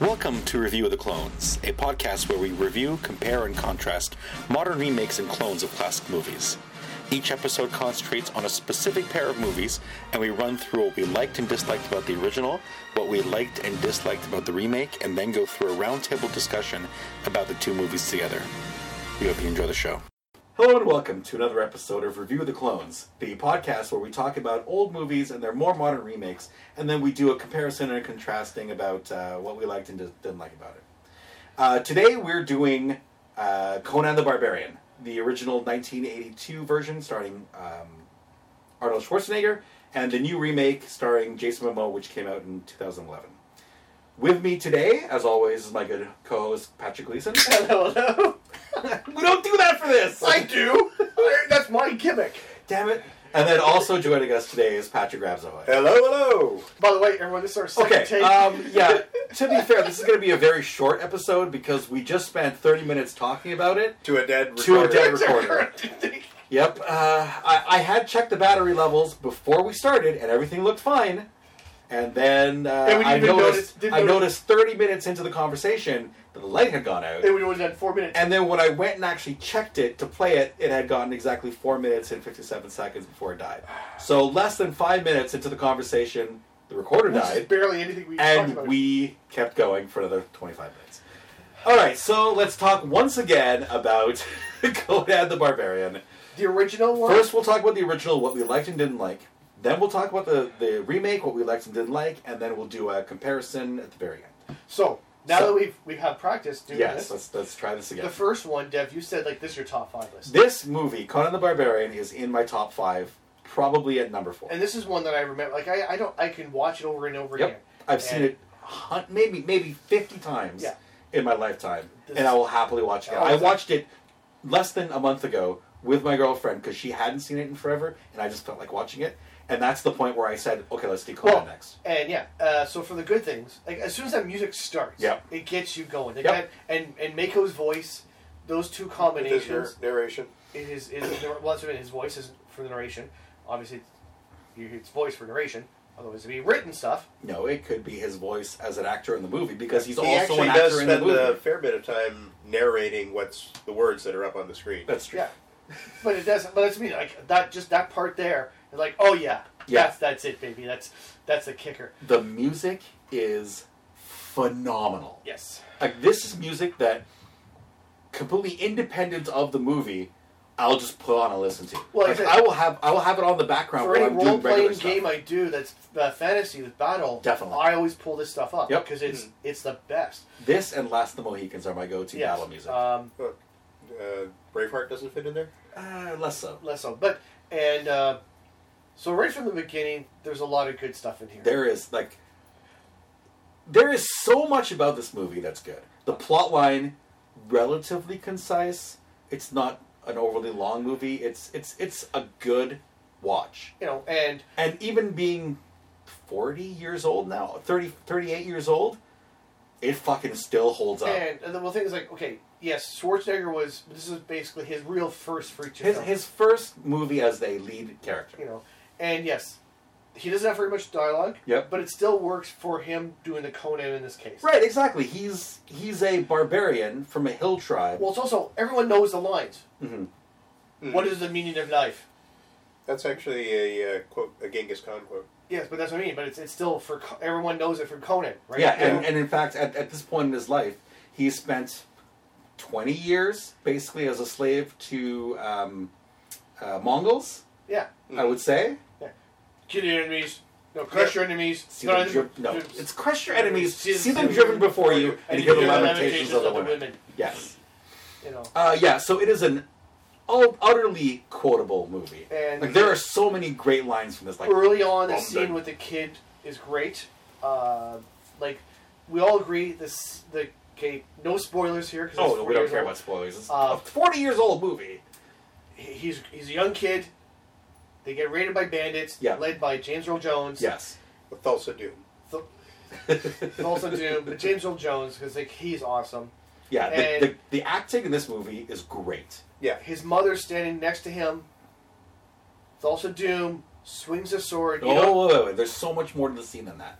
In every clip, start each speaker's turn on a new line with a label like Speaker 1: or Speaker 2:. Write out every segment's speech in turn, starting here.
Speaker 1: Welcome to Review of the Clones, a podcast where we review, compare, and contrast modern remakes and clones of classic movies. Each episode concentrates on a specific pair of movies, and we run through what we liked and disliked about the original, what we liked and disliked about the remake, and then go through a roundtable discussion about the two movies together. We hope you enjoy the show. Hello and welcome to another episode of Review of the Clones, the podcast where we talk about old movies and their more modern remakes, and then we do a comparison and a contrasting about uh, what we liked and di- didn't like about it. Uh, today we're doing uh, Conan the Barbarian, the original 1982 version starring um, Arnold Schwarzenegger, and the new remake starring Jason Momoa, which came out in 2011. With me today, as always, is my good co-host Patrick Gleason.
Speaker 2: Hello, hello.
Speaker 1: we don't do that for this.
Speaker 2: I do. That's my gimmick.
Speaker 1: Damn it. And then also joining us today is Patrick Rabzoy.
Speaker 3: Hello, hello.
Speaker 2: By the way, everyone, this is our second
Speaker 1: Okay,
Speaker 2: take.
Speaker 1: um, yeah, to be fair, this is going to be a very short episode because we just spent 30 minutes talking about it.
Speaker 3: To a dead.
Speaker 1: To a
Speaker 3: recorder.
Speaker 1: dead-
Speaker 2: That's our
Speaker 1: recorder.
Speaker 2: current take.
Speaker 1: Yep, uh, I, I had checked the battery levels before we started and everything looked fine. And then uh,
Speaker 2: And we
Speaker 1: I,
Speaker 2: didn't even notice-
Speaker 1: noticed,
Speaker 2: didn't
Speaker 1: I
Speaker 2: notice-
Speaker 1: noticed 30 minutes into the conversation that the light had gone out.
Speaker 2: And we only had four minutes.
Speaker 1: And then when I went and actually checked it to play it, it had gotten exactly four minutes and fifty-seven seconds before it died. So less than five minutes into the conversation, the recorder
Speaker 2: Which is
Speaker 1: died,
Speaker 2: barely anything we talked
Speaker 1: and
Speaker 2: about.
Speaker 1: we kept going for another twenty-five minutes. All right, so let's talk once again about Conan the Barbarian.
Speaker 2: the original one.
Speaker 1: First, we'll talk about the original, what we liked and didn't like. Then we'll talk about the, the remake, what we liked and didn't like, and then we'll do a comparison at the very end.
Speaker 2: so now
Speaker 1: So-
Speaker 2: that we've we've had practice doing
Speaker 1: Yes,
Speaker 2: this,
Speaker 1: let's let's try this again.
Speaker 2: the first one, Dev, you said like this is your top five list,
Speaker 1: This movie, Conan the Barbarian, is in my top five, probably at number four.
Speaker 2: and this is one that I remember. Like I, I don't, I can watch it over and over again.
Speaker 1: Yep, I've seen
Speaker 2: And-
Speaker 1: it hun- maybe maybe fifty times
Speaker 2: Yeah.
Speaker 1: in my lifetime,
Speaker 2: This-
Speaker 1: and I will happily watch it. again.
Speaker 2: Oh,
Speaker 1: I
Speaker 2: it's-
Speaker 1: watched it less than a month ago with my girlfriend because she hadn't seen it in forever, and I just felt like watching it. And that's the point where I said, "Okay, let's do Conan
Speaker 2: Well,
Speaker 1: next."
Speaker 2: And yeah, uh, so for the good things, like as soon as that music starts,
Speaker 1: Yep.
Speaker 2: it gets you going. Like
Speaker 1: Yep.
Speaker 2: that, and and Mako's voice, those two
Speaker 3: This is
Speaker 2: combinations.
Speaker 3: your narration.
Speaker 2: It is is well, that's what it is. his voice is for the narration. Obviously, it's, you- it's voice for narration. Otherwise, it'd be written stuff.
Speaker 1: No, it could be his voice as an actor in the movie because he's
Speaker 3: he
Speaker 1: also
Speaker 3: actually
Speaker 1: an
Speaker 3: does
Speaker 1: actor in the
Speaker 3: spend
Speaker 1: movie.
Speaker 3: a fair bit of time narrating what's the words that are up on the screen.
Speaker 1: That's true.
Speaker 2: Yeah, but it doesn't. But it's me like that. Just that part there. It's like, oh yeah,
Speaker 1: Yeah.
Speaker 2: that's that's it, baby. That's that's the kicker.
Speaker 1: The music is phenomenal.
Speaker 2: Yes.
Speaker 1: Like this is music that completely independent of the movie, I'll just put on and listen to.
Speaker 2: Well,
Speaker 1: like,
Speaker 2: if it-
Speaker 1: I will have I will have it on the background
Speaker 2: For
Speaker 1: when
Speaker 2: any
Speaker 1: I'm doing
Speaker 2: role
Speaker 1: regular
Speaker 2: playing
Speaker 1: stuff.
Speaker 2: game I do that's uh, fantasy with battle,
Speaker 1: Definitely.
Speaker 2: I always pull this stuff up
Speaker 1: Yep.
Speaker 2: because it's it's the best.
Speaker 1: This and Last of the Mohicans are my go-to
Speaker 2: Yes.
Speaker 1: battle music. Uh,
Speaker 2: Um,
Speaker 3: Uh, Braveheart doesn't fit in there.
Speaker 1: Uh, less so.
Speaker 2: less so, but and uh, so right from the beginning, there's a lot of good stuff in here.
Speaker 1: There is like there is so much about this movie that's good. The plot line relatively concise. It's not an overly long movie. It's it's it's a good watch.
Speaker 2: you know, and
Speaker 1: and even being 40 years old now 30 38 years old it fucking still holds up
Speaker 2: And, and the well, thing is, like, okay, yes, Schwarzenegger was. This is basically his real first feature
Speaker 1: his,
Speaker 2: film.
Speaker 1: his first movie as a lead
Speaker 2: you
Speaker 1: character
Speaker 2: know, and yes, he doesn't have very much dialogue.
Speaker 1: Yep.
Speaker 2: But it still works for him doing the Conan in this case.
Speaker 1: right exactly he's he's a barbarian from a hill tribe
Speaker 2: Well, it's also everyone knows the lines.
Speaker 1: Mhm.
Speaker 2: What is the meaning of life?
Speaker 3: That's actually a uh, quote, a Genghis Khan quote.
Speaker 2: Yes, but that's what I mean. But it's, it's still for Co- everyone knows it from Conan, right?
Speaker 1: yeah and, and in fact at, at this point in his life he spent 20 years basically as a slave to um, uh, mongols
Speaker 2: yeah.
Speaker 1: i would say
Speaker 2: Kill your enemies. No, crush your enemies.
Speaker 1: See
Speaker 2: no,
Speaker 1: them dri- no, it's crush your enemies. See,
Speaker 2: them
Speaker 1: them driven before you, and, hear the lamentations of the women.
Speaker 2: women.
Speaker 1: Yes.
Speaker 2: You know.
Speaker 1: Uh, yeah, so it is an all, utterly quotable movie.
Speaker 2: And-
Speaker 1: like there are so many great lines from this. Like
Speaker 2: early on, the
Speaker 1: Well,
Speaker 2: scene
Speaker 1: the-
Speaker 2: with the kid is great. Uh, like we all agree, this the okay, no spoilers here because
Speaker 1: oh, no, we don't care about spoilers. It's
Speaker 2: Uh,
Speaker 1: a forty-years old movie.
Speaker 2: He's he's a young kid. They get raided by bandits,
Speaker 1: Yeah.
Speaker 2: led by James Earl Jones.
Speaker 1: Yes.
Speaker 3: With Thulsa Doom.
Speaker 2: Th- also Doom, but James Earl Jones because like he's awesome.
Speaker 1: yeah, the,
Speaker 2: and-
Speaker 1: the, the acting in this movie is great.
Speaker 3: Yeah.
Speaker 2: His mother standing next to him. Thulsa Doom swings a sword. You
Speaker 1: oh,
Speaker 2: know,
Speaker 1: wait, wait, wait, there's so much more to the scene than that.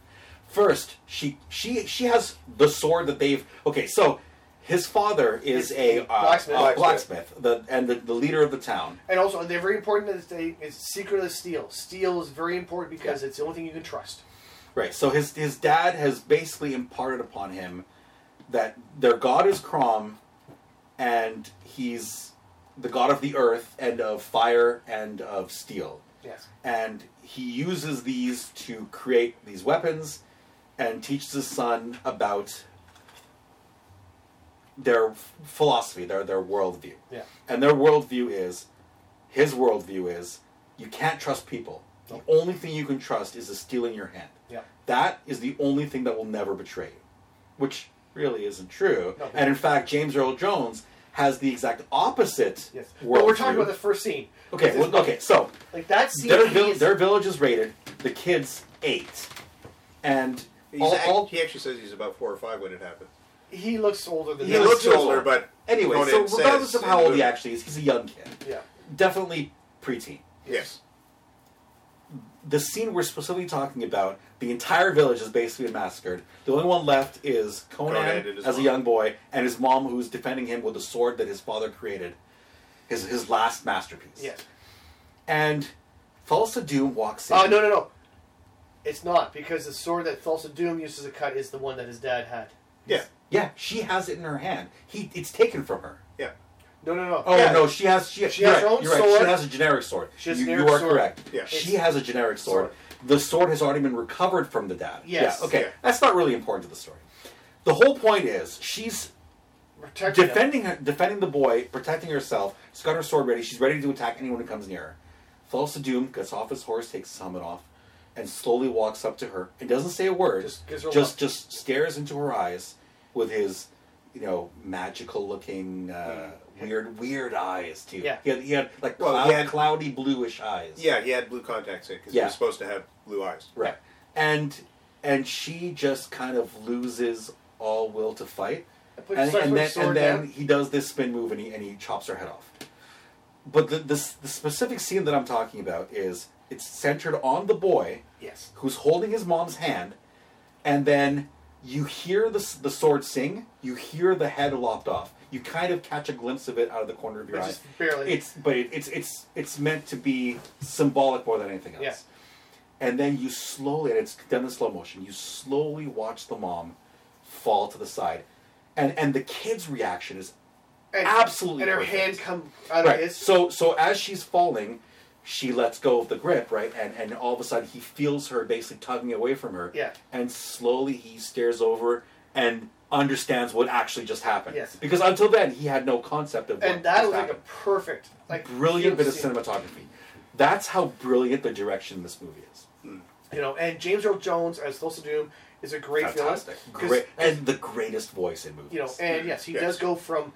Speaker 1: First, she she she has the sword that they've. Okay, so his father is a uh,
Speaker 2: Blacksmith.
Speaker 1: uh, blacksmith, the and the, the leader of the town.
Speaker 2: And also, they're very important that they it's secret of steel. Steel is very important because it's the only thing you can trust.
Speaker 1: Right. So his his dad has basically imparted upon him that their god is Crom, and he's the god of the earth and of fire and of steel.
Speaker 2: Yes.
Speaker 1: And he uses these to create these weapons and teaches his son about their f- philosophy, their their worldview.
Speaker 2: Yeah.
Speaker 1: And their worldview is, his worldview is, you can't trust people. The only thing you can trust is the steel in your hand.
Speaker 2: Yeah.
Speaker 1: That is the only thing that will never betray you, which really isn't true.
Speaker 2: No.
Speaker 1: And in fact, James Earl Jones has the exact opposite.
Speaker 2: Yes.
Speaker 1: worldview.
Speaker 2: But we're talking about the first scene.
Speaker 1: Okay,
Speaker 2: This-
Speaker 1: well, okay. So
Speaker 2: Like that scene.
Speaker 1: their
Speaker 2: he
Speaker 1: vil-
Speaker 2: is-
Speaker 1: their village is raided. The kids ate, and
Speaker 3: He's
Speaker 1: all,
Speaker 3: act-
Speaker 1: all-
Speaker 3: he actually says he's about four or five when it happened.
Speaker 2: he looks older than
Speaker 3: He
Speaker 2: that.
Speaker 1: was
Speaker 3: looks
Speaker 1: years
Speaker 3: older,
Speaker 1: old.
Speaker 3: but
Speaker 1: anyway. So
Speaker 3: Conan says
Speaker 1: regardless of
Speaker 3: in
Speaker 1: how
Speaker 3: the
Speaker 1: old he
Speaker 3: movie-
Speaker 1: actually is, he's a young kid,
Speaker 2: Yeah.
Speaker 1: definitely preteen.
Speaker 3: Yes.
Speaker 1: the scene we're specifically talking about, the entire village is basically massacred. The only one left is Conan,
Speaker 3: Conan and his
Speaker 1: as a
Speaker 3: mom.
Speaker 1: young boy, and his mom, who's defending him with a sword that his father created, his his last masterpiece.
Speaker 2: Yes.
Speaker 1: And Falsa Doom walks in.
Speaker 2: Oh no no no! It's not because the sword that Thulsa Doom uses to cut is the one that his dad had.
Speaker 3: Yeah.
Speaker 1: Yeah, she has it in her hand. He it's taken from her.
Speaker 3: Yeah.
Speaker 2: No no no.
Speaker 1: Oh
Speaker 3: Yeah.
Speaker 1: no, she has she,
Speaker 2: She
Speaker 1: you're
Speaker 2: has her
Speaker 1: right,
Speaker 2: own
Speaker 1: you're right,
Speaker 2: sword.
Speaker 1: She has a generic sword.
Speaker 2: She has
Speaker 1: you,
Speaker 2: a
Speaker 1: you
Speaker 2: generic
Speaker 1: are
Speaker 2: sword.
Speaker 1: correct.
Speaker 3: Yeah.
Speaker 1: She has a generic sword.
Speaker 2: Sword.
Speaker 1: The sword has already been recovered from the dad.
Speaker 2: Yes.
Speaker 1: Yeah, okay.
Speaker 3: Yeah.
Speaker 1: That's not really important to the story. The whole point is she's
Speaker 2: Protecting him.
Speaker 1: defending her, defending the boy, protecting herself. She's got her sword ready. She's ready to attack anyone who comes near her. Falls to Doom gets off his horse, takes his helmet off, and slowly walks up to her and doesn't say a word.
Speaker 2: Just gives her a
Speaker 1: just,
Speaker 2: look.
Speaker 1: just stares into her eyes with his, you know, magical looking, uh, weird, weird eyes too.
Speaker 2: Hmm. Yeah.
Speaker 1: he had, he had like
Speaker 3: Well, he
Speaker 1: cloud-
Speaker 3: had-
Speaker 1: cloudy bluish eyes.
Speaker 3: Yeah, he had blue contacts in because he
Speaker 1: Yeah.
Speaker 3: was supposed to have blue eyes.
Speaker 1: Right. And and she just kind of loses all will to fight.
Speaker 2: And puts-
Speaker 1: And,
Speaker 2: starts putting
Speaker 1: and then,
Speaker 2: his
Speaker 1: and
Speaker 2: sword
Speaker 1: then
Speaker 2: down.
Speaker 1: he does this spin move and he, and he chops her head off. But the, this, the specific scene that I'm talking about is it's centered on the boy
Speaker 2: Yes.
Speaker 1: who's holding his mom's hand, and then you hear the, s- the sword sing, you hear the head lopped off. You kind of catch a glimpse of it out of the corner of your
Speaker 2: But
Speaker 1: eye.
Speaker 2: just barely.
Speaker 1: It's but it, it's it's it's meant to be symbolic more than anything else.
Speaker 2: Yeah.
Speaker 1: And then you slowly, and it's done in slow motion. You slowly watch the mom fall to the side, and and the kid's reaction is
Speaker 2: And-
Speaker 1: absolutely
Speaker 2: And her
Speaker 1: perfect.
Speaker 2: hand come out of
Speaker 1: right.
Speaker 2: his.
Speaker 1: So so as she's falling, she lets go of the grip, right? And and all of a sudden he feels her basically tugging away from her.
Speaker 2: Yeah.
Speaker 1: And slowly he stares over and understands what actually just happened.
Speaker 2: Yes.
Speaker 1: Because until then he had no concept of what
Speaker 2: and that
Speaker 1: just
Speaker 2: was like a
Speaker 1: happened.
Speaker 2: perfect, like
Speaker 1: brilliant bit of
Speaker 2: scene.
Speaker 1: cinematography. That's how brilliant the direction in this movie is.
Speaker 2: You know, and James Earl Jones as Thulsa Doom is a great
Speaker 1: Fantastic.
Speaker 2: villain. 'cause,
Speaker 1: Great and the greatest voice in movies.
Speaker 2: You know, and yes, he
Speaker 3: Yes.
Speaker 2: does go from.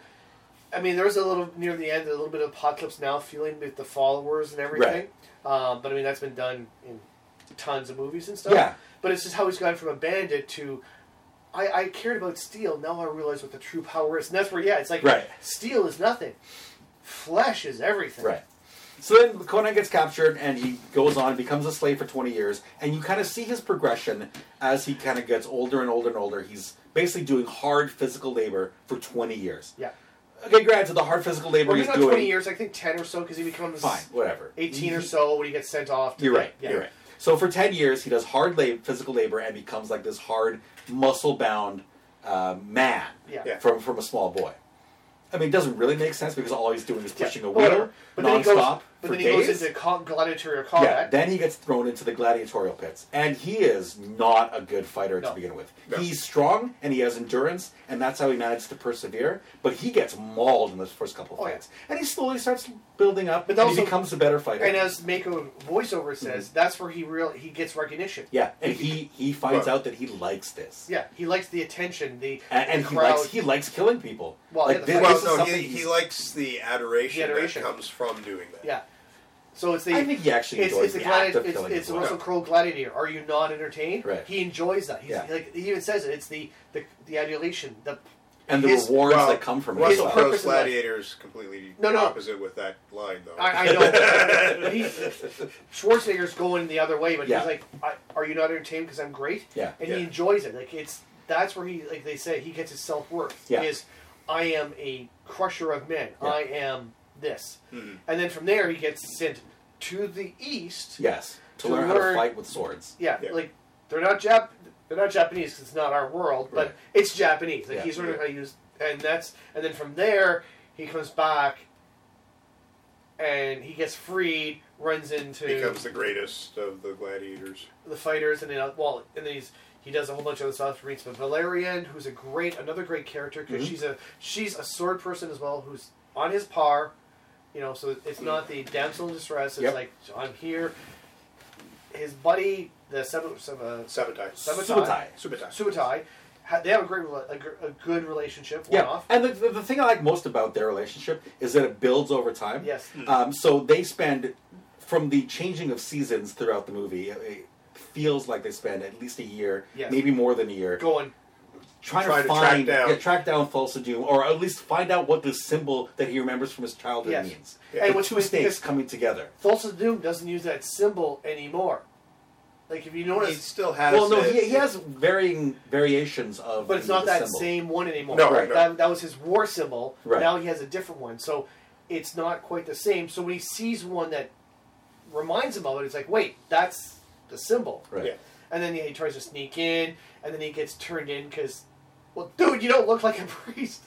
Speaker 2: I mean, there's a little near the end, a little bit of apocalypse now feeling with the followers and everything. Um, but I mean, that's been done in tons of movies and stuff.
Speaker 1: Yeah.
Speaker 2: But it's just how he's gone from a bandit to. I, I cared about steel. Now I realize what the true power is, and that's where yeah, it's like
Speaker 1: Right.
Speaker 2: steel is nothing, flesh is everything.
Speaker 1: Right. So then Conan gets captured and he goes on, becomes a slave for 20 years, and you kind of see his progression as he kind of gets older and older and older. He's basically doing hard physical labor for 20 years.
Speaker 2: Yeah.
Speaker 1: Okay, granted, the hard physical labor
Speaker 2: Well,
Speaker 1: he's
Speaker 2: he's not
Speaker 1: doing.
Speaker 2: 20 years, I think 10 or so, because he becomes
Speaker 1: Fine, whatever.
Speaker 2: 18 or so when he gets sent off. to-
Speaker 1: You're right.
Speaker 2: Yeah.
Speaker 1: You're right. So for ten years, he does hard labor, physical labor, and becomes like this hard, muscle-bound uh, man
Speaker 2: Yeah.
Speaker 3: Yeah.
Speaker 1: from from a small boy. I mean, it doesn't really make sense because all he's doing is
Speaker 2: Yeah,
Speaker 1: pushing a wheel
Speaker 2: whatever.
Speaker 1: nonstop
Speaker 2: Then he goes,
Speaker 1: for
Speaker 2: but then he
Speaker 1: days.
Speaker 2: goes into co- gladiatorial
Speaker 1: yeah,
Speaker 2: combat.
Speaker 1: then he gets thrown into the gladiatorial pits, and he is not a good fighter to
Speaker 2: No.
Speaker 1: begin with.
Speaker 3: No.
Speaker 1: He's strong and he has endurance, and that's how he manages to persevere. But he gets mauled in those first couple of
Speaker 2: Oh, yeah.
Speaker 1: fights, and he slowly starts building up,
Speaker 2: But
Speaker 1: and he
Speaker 2: also-
Speaker 1: becomes a better fighter.
Speaker 2: and as Mako voiceover says, that's where he real he gets recognition.
Speaker 1: Mm-hmm. Yeah, and he he finds
Speaker 3: Well-
Speaker 1: out that he likes this.
Speaker 2: Yeah, he likes the attention, the
Speaker 1: and, and
Speaker 2: the
Speaker 1: he
Speaker 2: crowd.
Speaker 1: likes he likes killing people.
Speaker 2: Well, yeah,
Speaker 1: like,
Speaker 2: the
Speaker 1: this,
Speaker 2: fact-
Speaker 1: this
Speaker 3: Well,
Speaker 1: is
Speaker 3: no,
Speaker 1: something
Speaker 3: he, he
Speaker 1: he's-
Speaker 3: likes the adoration,
Speaker 2: The adoration.
Speaker 3: that comes from doing that.
Speaker 2: yeah. So it's the
Speaker 1: I think he actually
Speaker 2: it's,
Speaker 1: enjoys
Speaker 2: it's
Speaker 1: the
Speaker 2: the
Speaker 1: act
Speaker 2: gladi-
Speaker 1: of
Speaker 2: it's,
Speaker 1: killing
Speaker 2: it's the
Speaker 1: people.
Speaker 2: Russell Crowe gladiator. Are you not entertained?
Speaker 1: Right.
Speaker 2: He enjoys that. He's,
Speaker 1: Yeah.
Speaker 2: like he even says it. It's the the, the adulation, the
Speaker 1: and the
Speaker 2: His-
Speaker 1: rewards
Speaker 3: Well,
Speaker 1: that come from it. as
Speaker 3: Russell
Speaker 1: well.
Speaker 2: purpose
Speaker 3: Crowe's
Speaker 2: in life-
Speaker 3: Gladiator's completely
Speaker 2: No, no.
Speaker 3: opposite with that line, though.
Speaker 2: I, I know. he, Schwarzenegger's going the other way, but
Speaker 1: Yeah.
Speaker 2: he's like, I, "Are you not entertained because I'm great?"
Speaker 1: Yeah.
Speaker 2: and he
Speaker 3: Yeah.
Speaker 2: enjoys it. Like it's that's where he, like they say, he gets his self worth.
Speaker 1: Yeah.
Speaker 2: Is I am a crusher of men.
Speaker 1: Yeah. Mm-hmm.
Speaker 2: I am this,
Speaker 3: Mhm.
Speaker 2: and then from there he gets sent to the east.
Speaker 1: Yes, to,
Speaker 2: To
Speaker 1: learn, how to
Speaker 2: learn-
Speaker 1: fight with swords.
Speaker 2: Yeah,
Speaker 3: Yeah.
Speaker 2: like they're not Jap, they're not Japanese 'cause it's not our world, but
Speaker 1: Right.
Speaker 2: it's Japanese. Like
Speaker 1: Yeah.
Speaker 2: he's learning how to use, and that's and then from there he comes back, and he gets freed, runs into
Speaker 3: Becomes the greatest of the gladiators.
Speaker 2: the fighters, and then uh, well, and then he's he does a whole bunch of other stuff. Meets with Valerian, who's a great another great character because
Speaker 1: Mhm.
Speaker 2: she's a she's a sword person as well, who's on his par. You know, so it's not the damsel in distress. It's
Speaker 1: Yep.
Speaker 2: like I'm here. His buddy, the seven, seven, uh,
Speaker 3: Sabotage.
Speaker 2: Sabotage.
Speaker 1: Subutai.
Speaker 3: Sabotage.
Speaker 2: Subutai, ha- they have a great, rela- a, gr- a good relationship. One
Speaker 1: Yeah,
Speaker 2: off.
Speaker 1: and the, the, the thing I like most about their relationship is that it builds over time.
Speaker 2: Yes.
Speaker 1: Um, so they spend from the changing of seasons throughout the movie. It, it feels like they spend at least a year,
Speaker 2: Yes.
Speaker 1: maybe more than a year,
Speaker 2: Going.
Speaker 1: trying
Speaker 3: Try
Speaker 1: to
Speaker 3: to track
Speaker 1: find,
Speaker 3: down-
Speaker 1: yeah, track down Thulsa Doom, or at least find out what the symbol that he remembers from his childhood
Speaker 2: Yes.
Speaker 1: means.
Speaker 3: Yeah.
Speaker 2: And
Speaker 1: The
Speaker 2: what's
Speaker 1: two snakes
Speaker 2: snakes?
Speaker 1: coming together.
Speaker 2: Thulsa Doom doesn't use that symbol anymore. Like if you
Speaker 3: He
Speaker 2: notice,
Speaker 3: still has.
Speaker 1: Well, no,
Speaker 3: it.
Speaker 1: he, he has varying variations of.
Speaker 2: but it's
Speaker 1: the
Speaker 2: not that
Speaker 1: symbol.
Speaker 2: same one anymore.
Speaker 3: No, Right.
Speaker 2: That, that was his war symbol.
Speaker 1: Right.
Speaker 2: Now he has a different one, so it's not quite the same. So when he sees one that reminds him of it, it's like, wait, that's the symbol.
Speaker 1: Right.
Speaker 3: Yeah.
Speaker 2: And then yeah, he tries to sneak in, and then he gets turned in because, well, dude, you don't look like a priest.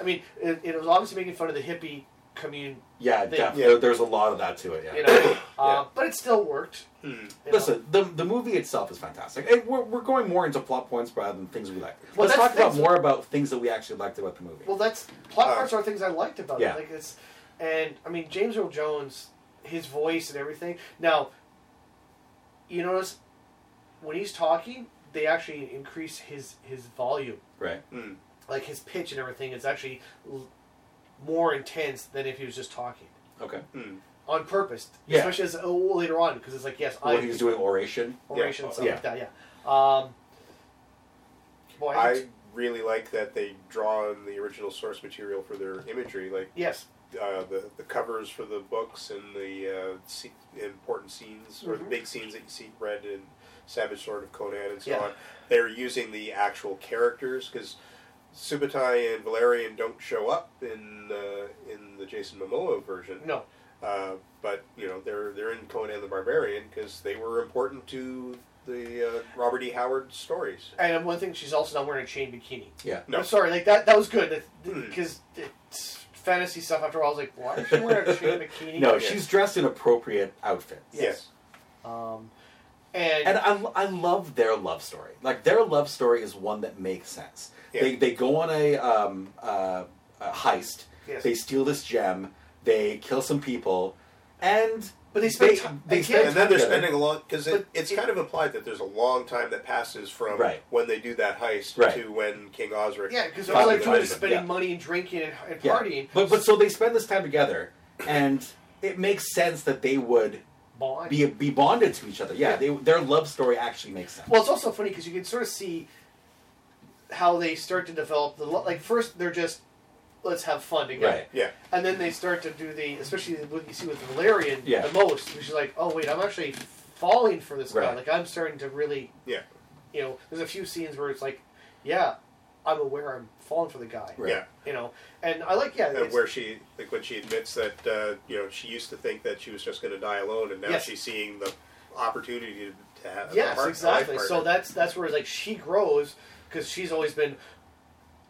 Speaker 2: I mean, it, it was obviously making fun of the hippie commune,
Speaker 1: Yeah,
Speaker 2: They-
Speaker 1: def-
Speaker 3: Yeah.
Speaker 1: there- there's a lot of that to it. Yeah.
Speaker 2: you know, uh, but it still worked.
Speaker 3: Hmm.
Speaker 2: you know.
Speaker 1: Listen, the, the movie itself is fantastic. And we're, we're going more into plot points rather than things we like.
Speaker 2: Well,
Speaker 1: Let's
Speaker 2: that's
Speaker 1: talk about
Speaker 2: things-
Speaker 1: more about things that we actually liked about the movie.
Speaker 2: Well, that's plot
Speaker 3: Uh,
Speaker 2: parts are things I liked about
Speaker 1: yeah.
Speaker 2: it. Like it's, and I mean James Earl Jones, his voice and everything. Now, you notice when he's talking, they actually increase his his volume,
Speaker 1: right.
Speaker 3: Hmm.
Speaker 2: like his pitch and everything is actually l- more intense than if he was just talking
Speaker 1: Okay.
Speaker 3: Hmm.
Speaker 2: on purpose.
Speaker 1: Yeah.
Speaker 2: Especially as oh, later on, because it's like yes,
Speaker 1: When
Speaker 2: I
Speaker 1: he's doing oration.
Speaker 2: oration
Speaker 3: Yeah.
Speaker 2: and stuff like that. Yeah. Um, boy, I
Speaker 3: I
Speaker 2: think-
Speaker 3: really like that they draw on the original source material for their imagery, like
Speaker 2: yes,
Speaker 3: uh, the the covers for the books and the uh, se- important scenes or the
Speaker 2: Mhm.
Speaker 1: Mm-hmm.
Speaker 3: big scenes that you see read in Savage Sword of Conan and so
Speaker 2: Yeah.
Speaker 3: on. They're using the actual characters because Subutai and Valerian don't show up in uh, in the Jason Momoa version.
Speaker 2: no,
Speaker 3: Uh, but you know they're they're in Conan the Barbarian because they were important to the uh, Robert E. Howard stories.
Speaker 2: and one thing she's also not wearing a chain bikini.
Speaker 1: Yeah.
Speaker 3: No.
Speaker 2: I'm sorry, like that. That was good
Speaker 3: Hmm.
Speaker 2: because it's fantasy stuff. After all, I was like, why is she wearing a chain bikini?
Speaker 1: No,
Speaker 3: Yeah.
Speaker 1: she's dressed in appropriate outfits.
Speaker 2: Yes. Um, and,
Speaker 1: And I, I love their love story. Like, their love story is one that makes sense.
Speaker 3: Yeah.
Speaker 1: They, they go on a, um, uh, a heist,
Speaker 2: Yes.
Speaker 1: they steal this gem, they kill some people, and.
Speaker 2: But they spend
Speaker 1: they,
Speaker 2: time-
Speaker 1: they
Speaker 2: I
Speaker 1: spend
Speaker 2: can't-
Speaker 3: And then they're
Speaker 1: time together.
Speaker 3: spending a long because it,
Speaker 2: But
Speaker 3: it's
Speaker 2: it-
Speaker 3: kind of implied that there's a long time that passes from
Speaker 1: Right.
Speaker 3: when they do that heist
Speaker 1: Right.
Speaker 3: to when King Osric.
Speaker 2: yeah, because all
Speaker 1: Probably
Speaker 2: they're doing is
Speaker 1: fine,
Speaker 2: spending
Speaker 1: yeah.
Speaker 2: money and drinking and, and
Speaker 1: Yeah.
Speaker 2: partying.
Speaker 1: But but so they spend this time together, and it makes sense that they would
Speaker 2: Bond.
Speaker 1: be be bonded to each other. Yeah, they, their love story actually makes sense.
Speaker 2: Well, it's also funny because you can sort of see how they start to develop the lo- like. First, they're just let's have fun together,
Speaker 1: right.
Speaker 3: yeah,
Speaker 2: and then they start to do the especially what you see with Valerian
Speaker 1: Yeah.
Speaker 2: the most, which is like, oh wait, I'm actually falling for this guy.
Speaker 1: Right.
Speaker 2: Like I'm starting to really
Speaker 3: yeah,
Speaker 2: you know, there's a few scenes where it's like, yeah, I'm aware I'm falling for the guy,
Speaker 1: Right.
Speaker 3: yeah.
Speaker 2: you know, and I like yeah,
Speaker 3: And
Speaker 2: it's,
Speaker 3: where she like when she admits that uh, you know she used to think that she was just going to die alone, and now
Speaker 2: Yes.
Speaker 3: she's seeing the opportunity to have a
Speaker 2: yes,
Speaker 3: part- a life
Speaker 2: exactly. So
Speaker 3: partner.
Speaker 2: that's that's where like she grows because she's always been,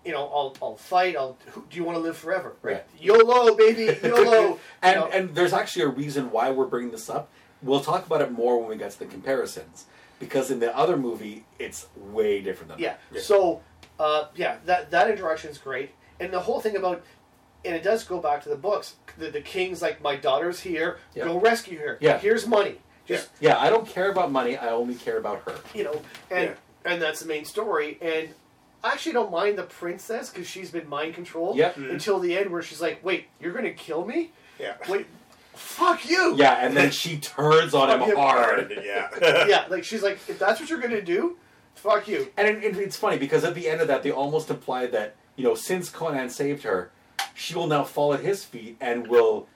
Speaker 2: you know, I'll I'll fight. I'll who, do you want to live forever?
Speaker 1: Right.
Speaker 2: YOLO, baby, YOLO.
Speaker 1: and
Speaker 2: you know,
Speaker 1: and there's actually a reason why we're bringing this up. We'll talk about it more when we get to the comparisons, because in the other movie, it's way different than
Speaker 2: yeah.
Speaker 3: Yeah.
Speaker 2: So uh, yeah, that that interaction is great, and the whole thing about. And it does go back to the books. The, the king's like, my daughter's here.
Speaker 1: Yeah.
Speaker 2: Go rescue her.
Speaker 1: Yeah.
Speaker 2: Here's money. Just
Speaker 1: that. Yeah, I don't care about money. I only care about her.
Speaker 2: you know, and and that's the main story. And I actually don't mind the princess because she's been mind controlled
Speaker 1: Yep. Mhm.
Speaker 2: until the end, where she's like, "Wait, you're gonna kill me?
Speaker 3: yeah,
Speaker 2: Wait, fuck you!"
Speaker 1: Yeah, and then she turns on him
Speaker 2: Yeah.
Speaker 1: hard.
Speaker 3: yeah,
Speaker 2: yeah. Like she's like, "If that's what you're gonna do, Fuck you.
Speaker 1: And it, it, it's funny because at the end of that, they almost imply that you know, since Conan saved her, she will now fall at his feet and will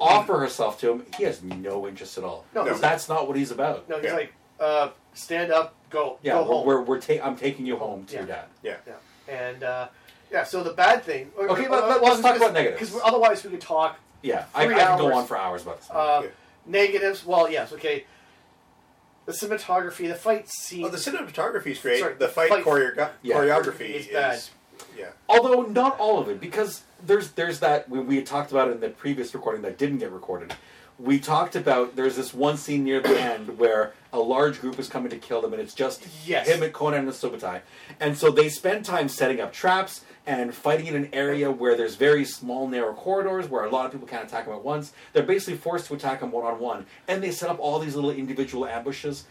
Speaker 1: offer herself to him. He has no interest at all.
Speaker 2: Mm-hmm. No.
Speaker 3: No.
Speaker 1: that's not what he's about.
Speaker 2: No, he's
Speaker 3: Yeah.
Speaker 2: like, uh, stand up, go,
Speaker 1: yeah,
Speaker 2: go
Speaker 1: we're,
Speaker 2: home.
Speaker 1: we're, we're ta- I'm taking you home to
Speaker 2: Yeah.
Speaker 1: your dad.
Speaker 3: Yeah.
Speaker 2: Yeah, and uh, yeah. So the bad thing. uh,
Speaker 1: Okay, let- let- let's talk about negatives.
Speaker 2: Because otherwise we could talk
Speaker 1: Yeah, I, I
Speaker 2: Three
Speaker 1: could go
Speaker 2: hours.
Speaker 1: on for hours about this.
Speaker 2: uh,
Speaker 3: Yeah.
Speaker 2: negatives. Well, yes, okay. The cinematography, the fight scene.
Speaker 3: Oh, the cinematography is great.
Speaker 2: Sorry,
Speaker 3: the fight,
Speaker 2: fight-
Speaker 3: choreo-
Speaker 1: Yeah.
Speaker 3: choreography
Speaker 2: It's
Speaker 3: is,
Speaker 2: bad.
Speaker 3: yeah.
Speaker 1: Although not all of it, because there's there's that we, we had talked about it in the previous recording that didn't get recorded. We talked about there's this one scene near the end where a large group is coming to kill them, and it's just
Speaker 2: Yes.
Speaker 1: him and Conan and Subutai, and so they spend time setting up traps and fighting in an area where there's very small, narrow corridors where a lot of people can't attack them at once. They're basically forced to attack them one on one, and they set up all these little individual ambushes.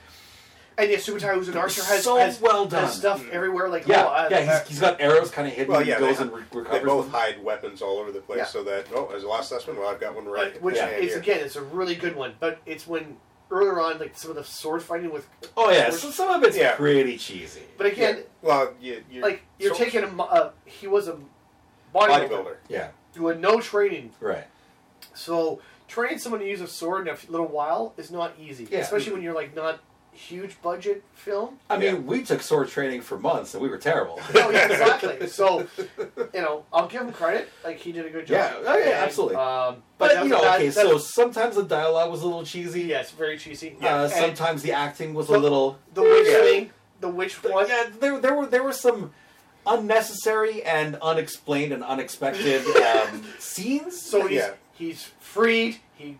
Speaker 2: and yeah, Subutai, who's an archer, has,
Speaker 1: so
Speaker 2: has,
Speaker 1: well done.
Speaker 2: has stuff everywhere. Like
Speaker 1: Yeah,
Speaker 2: oh, I-
Speaker 1: yeah,
Speaker 2: I-
Speaker 1: he's, he's got arrows kind of hidden.
Speaker 3: uh, Well,
Speaker 1: and he
Speaker 3: yeah,
Speaker 1: goes
Speaker 3: they,
Speaker 1: and re- recovers.
Speaker 3: they both
Speaker 1: them.
Speaker 3: hide weapons all over the place
Speaker 2: Yeah.
Speaker 3: so that, oh, as the last last one, well, I've got one right.
Speaker 2: But- which
Speaker 1: Yeah.
Speaker 2: is
Speaker 3: here.
Speaker 2: again, it's a really good one. But it's when earlier on, like some of the sword fighting with.
Speaker 1: Oh yeah,
Speaker 2: swords-
Speaker 1: so some of it's
Speaker 3: Yeah.
Speaker 1: pretty cheesy.
Speaker 2: But
Speaker 3: Yeah.
Speaker 2: again,
Speaker 3: Well, you, you're,
Speaker 2: like you're
Speaker 3: so-
Speaker 2: taking a, mo- uh, he was a bodybuilder
Speaker 3: bodybuilder.
Speaker 1: yeah,
Speaker 2: who had no training,
Speaker 1: right.
Speaker 2: so training someone to use a sword in a little while is not easy,
Speaker 1: Yeah.
Speaker 2: especially when you're like not huge budget film.
Speaker 1: I mean,
Speaker 3: Yeah.
Speaker 1: we took sword training for months and we were terrible.
Speaker 2: Oh yeah, exactly. so you know, I'll give him credit. Like he did a good job.
Speaker 1: Yeah, oh, yeah, absolutely.
Speaker 2: Um,
Speaker 1: but
Speaker 2: that
Speaker 1: you
Speaker 2: was
Speaker 1: know,
Speaker 2: bad-
Speaker 1: okay,
Speaker 2: that-
Speaker 1: so sometimes the dialogue was a little cheesy.
Speaker 2: yes, very cheesy.
Speaker 1: Uh,
Speaker 2: And
Speaker 1: sometimes the acting was a
Speaker 2: The-
Speaker 1: little.
Speaker 2: the witch
Speaker 3: Yeah.
Speaker 2: thing, the witch one.
Speaker 1: Yeah, there, there were there were some unnecessary and unexplained and unexpected um, scenes.
Speaker 2: So he's
Speaker 3: Yeah.
Speaker 2: he's freed. He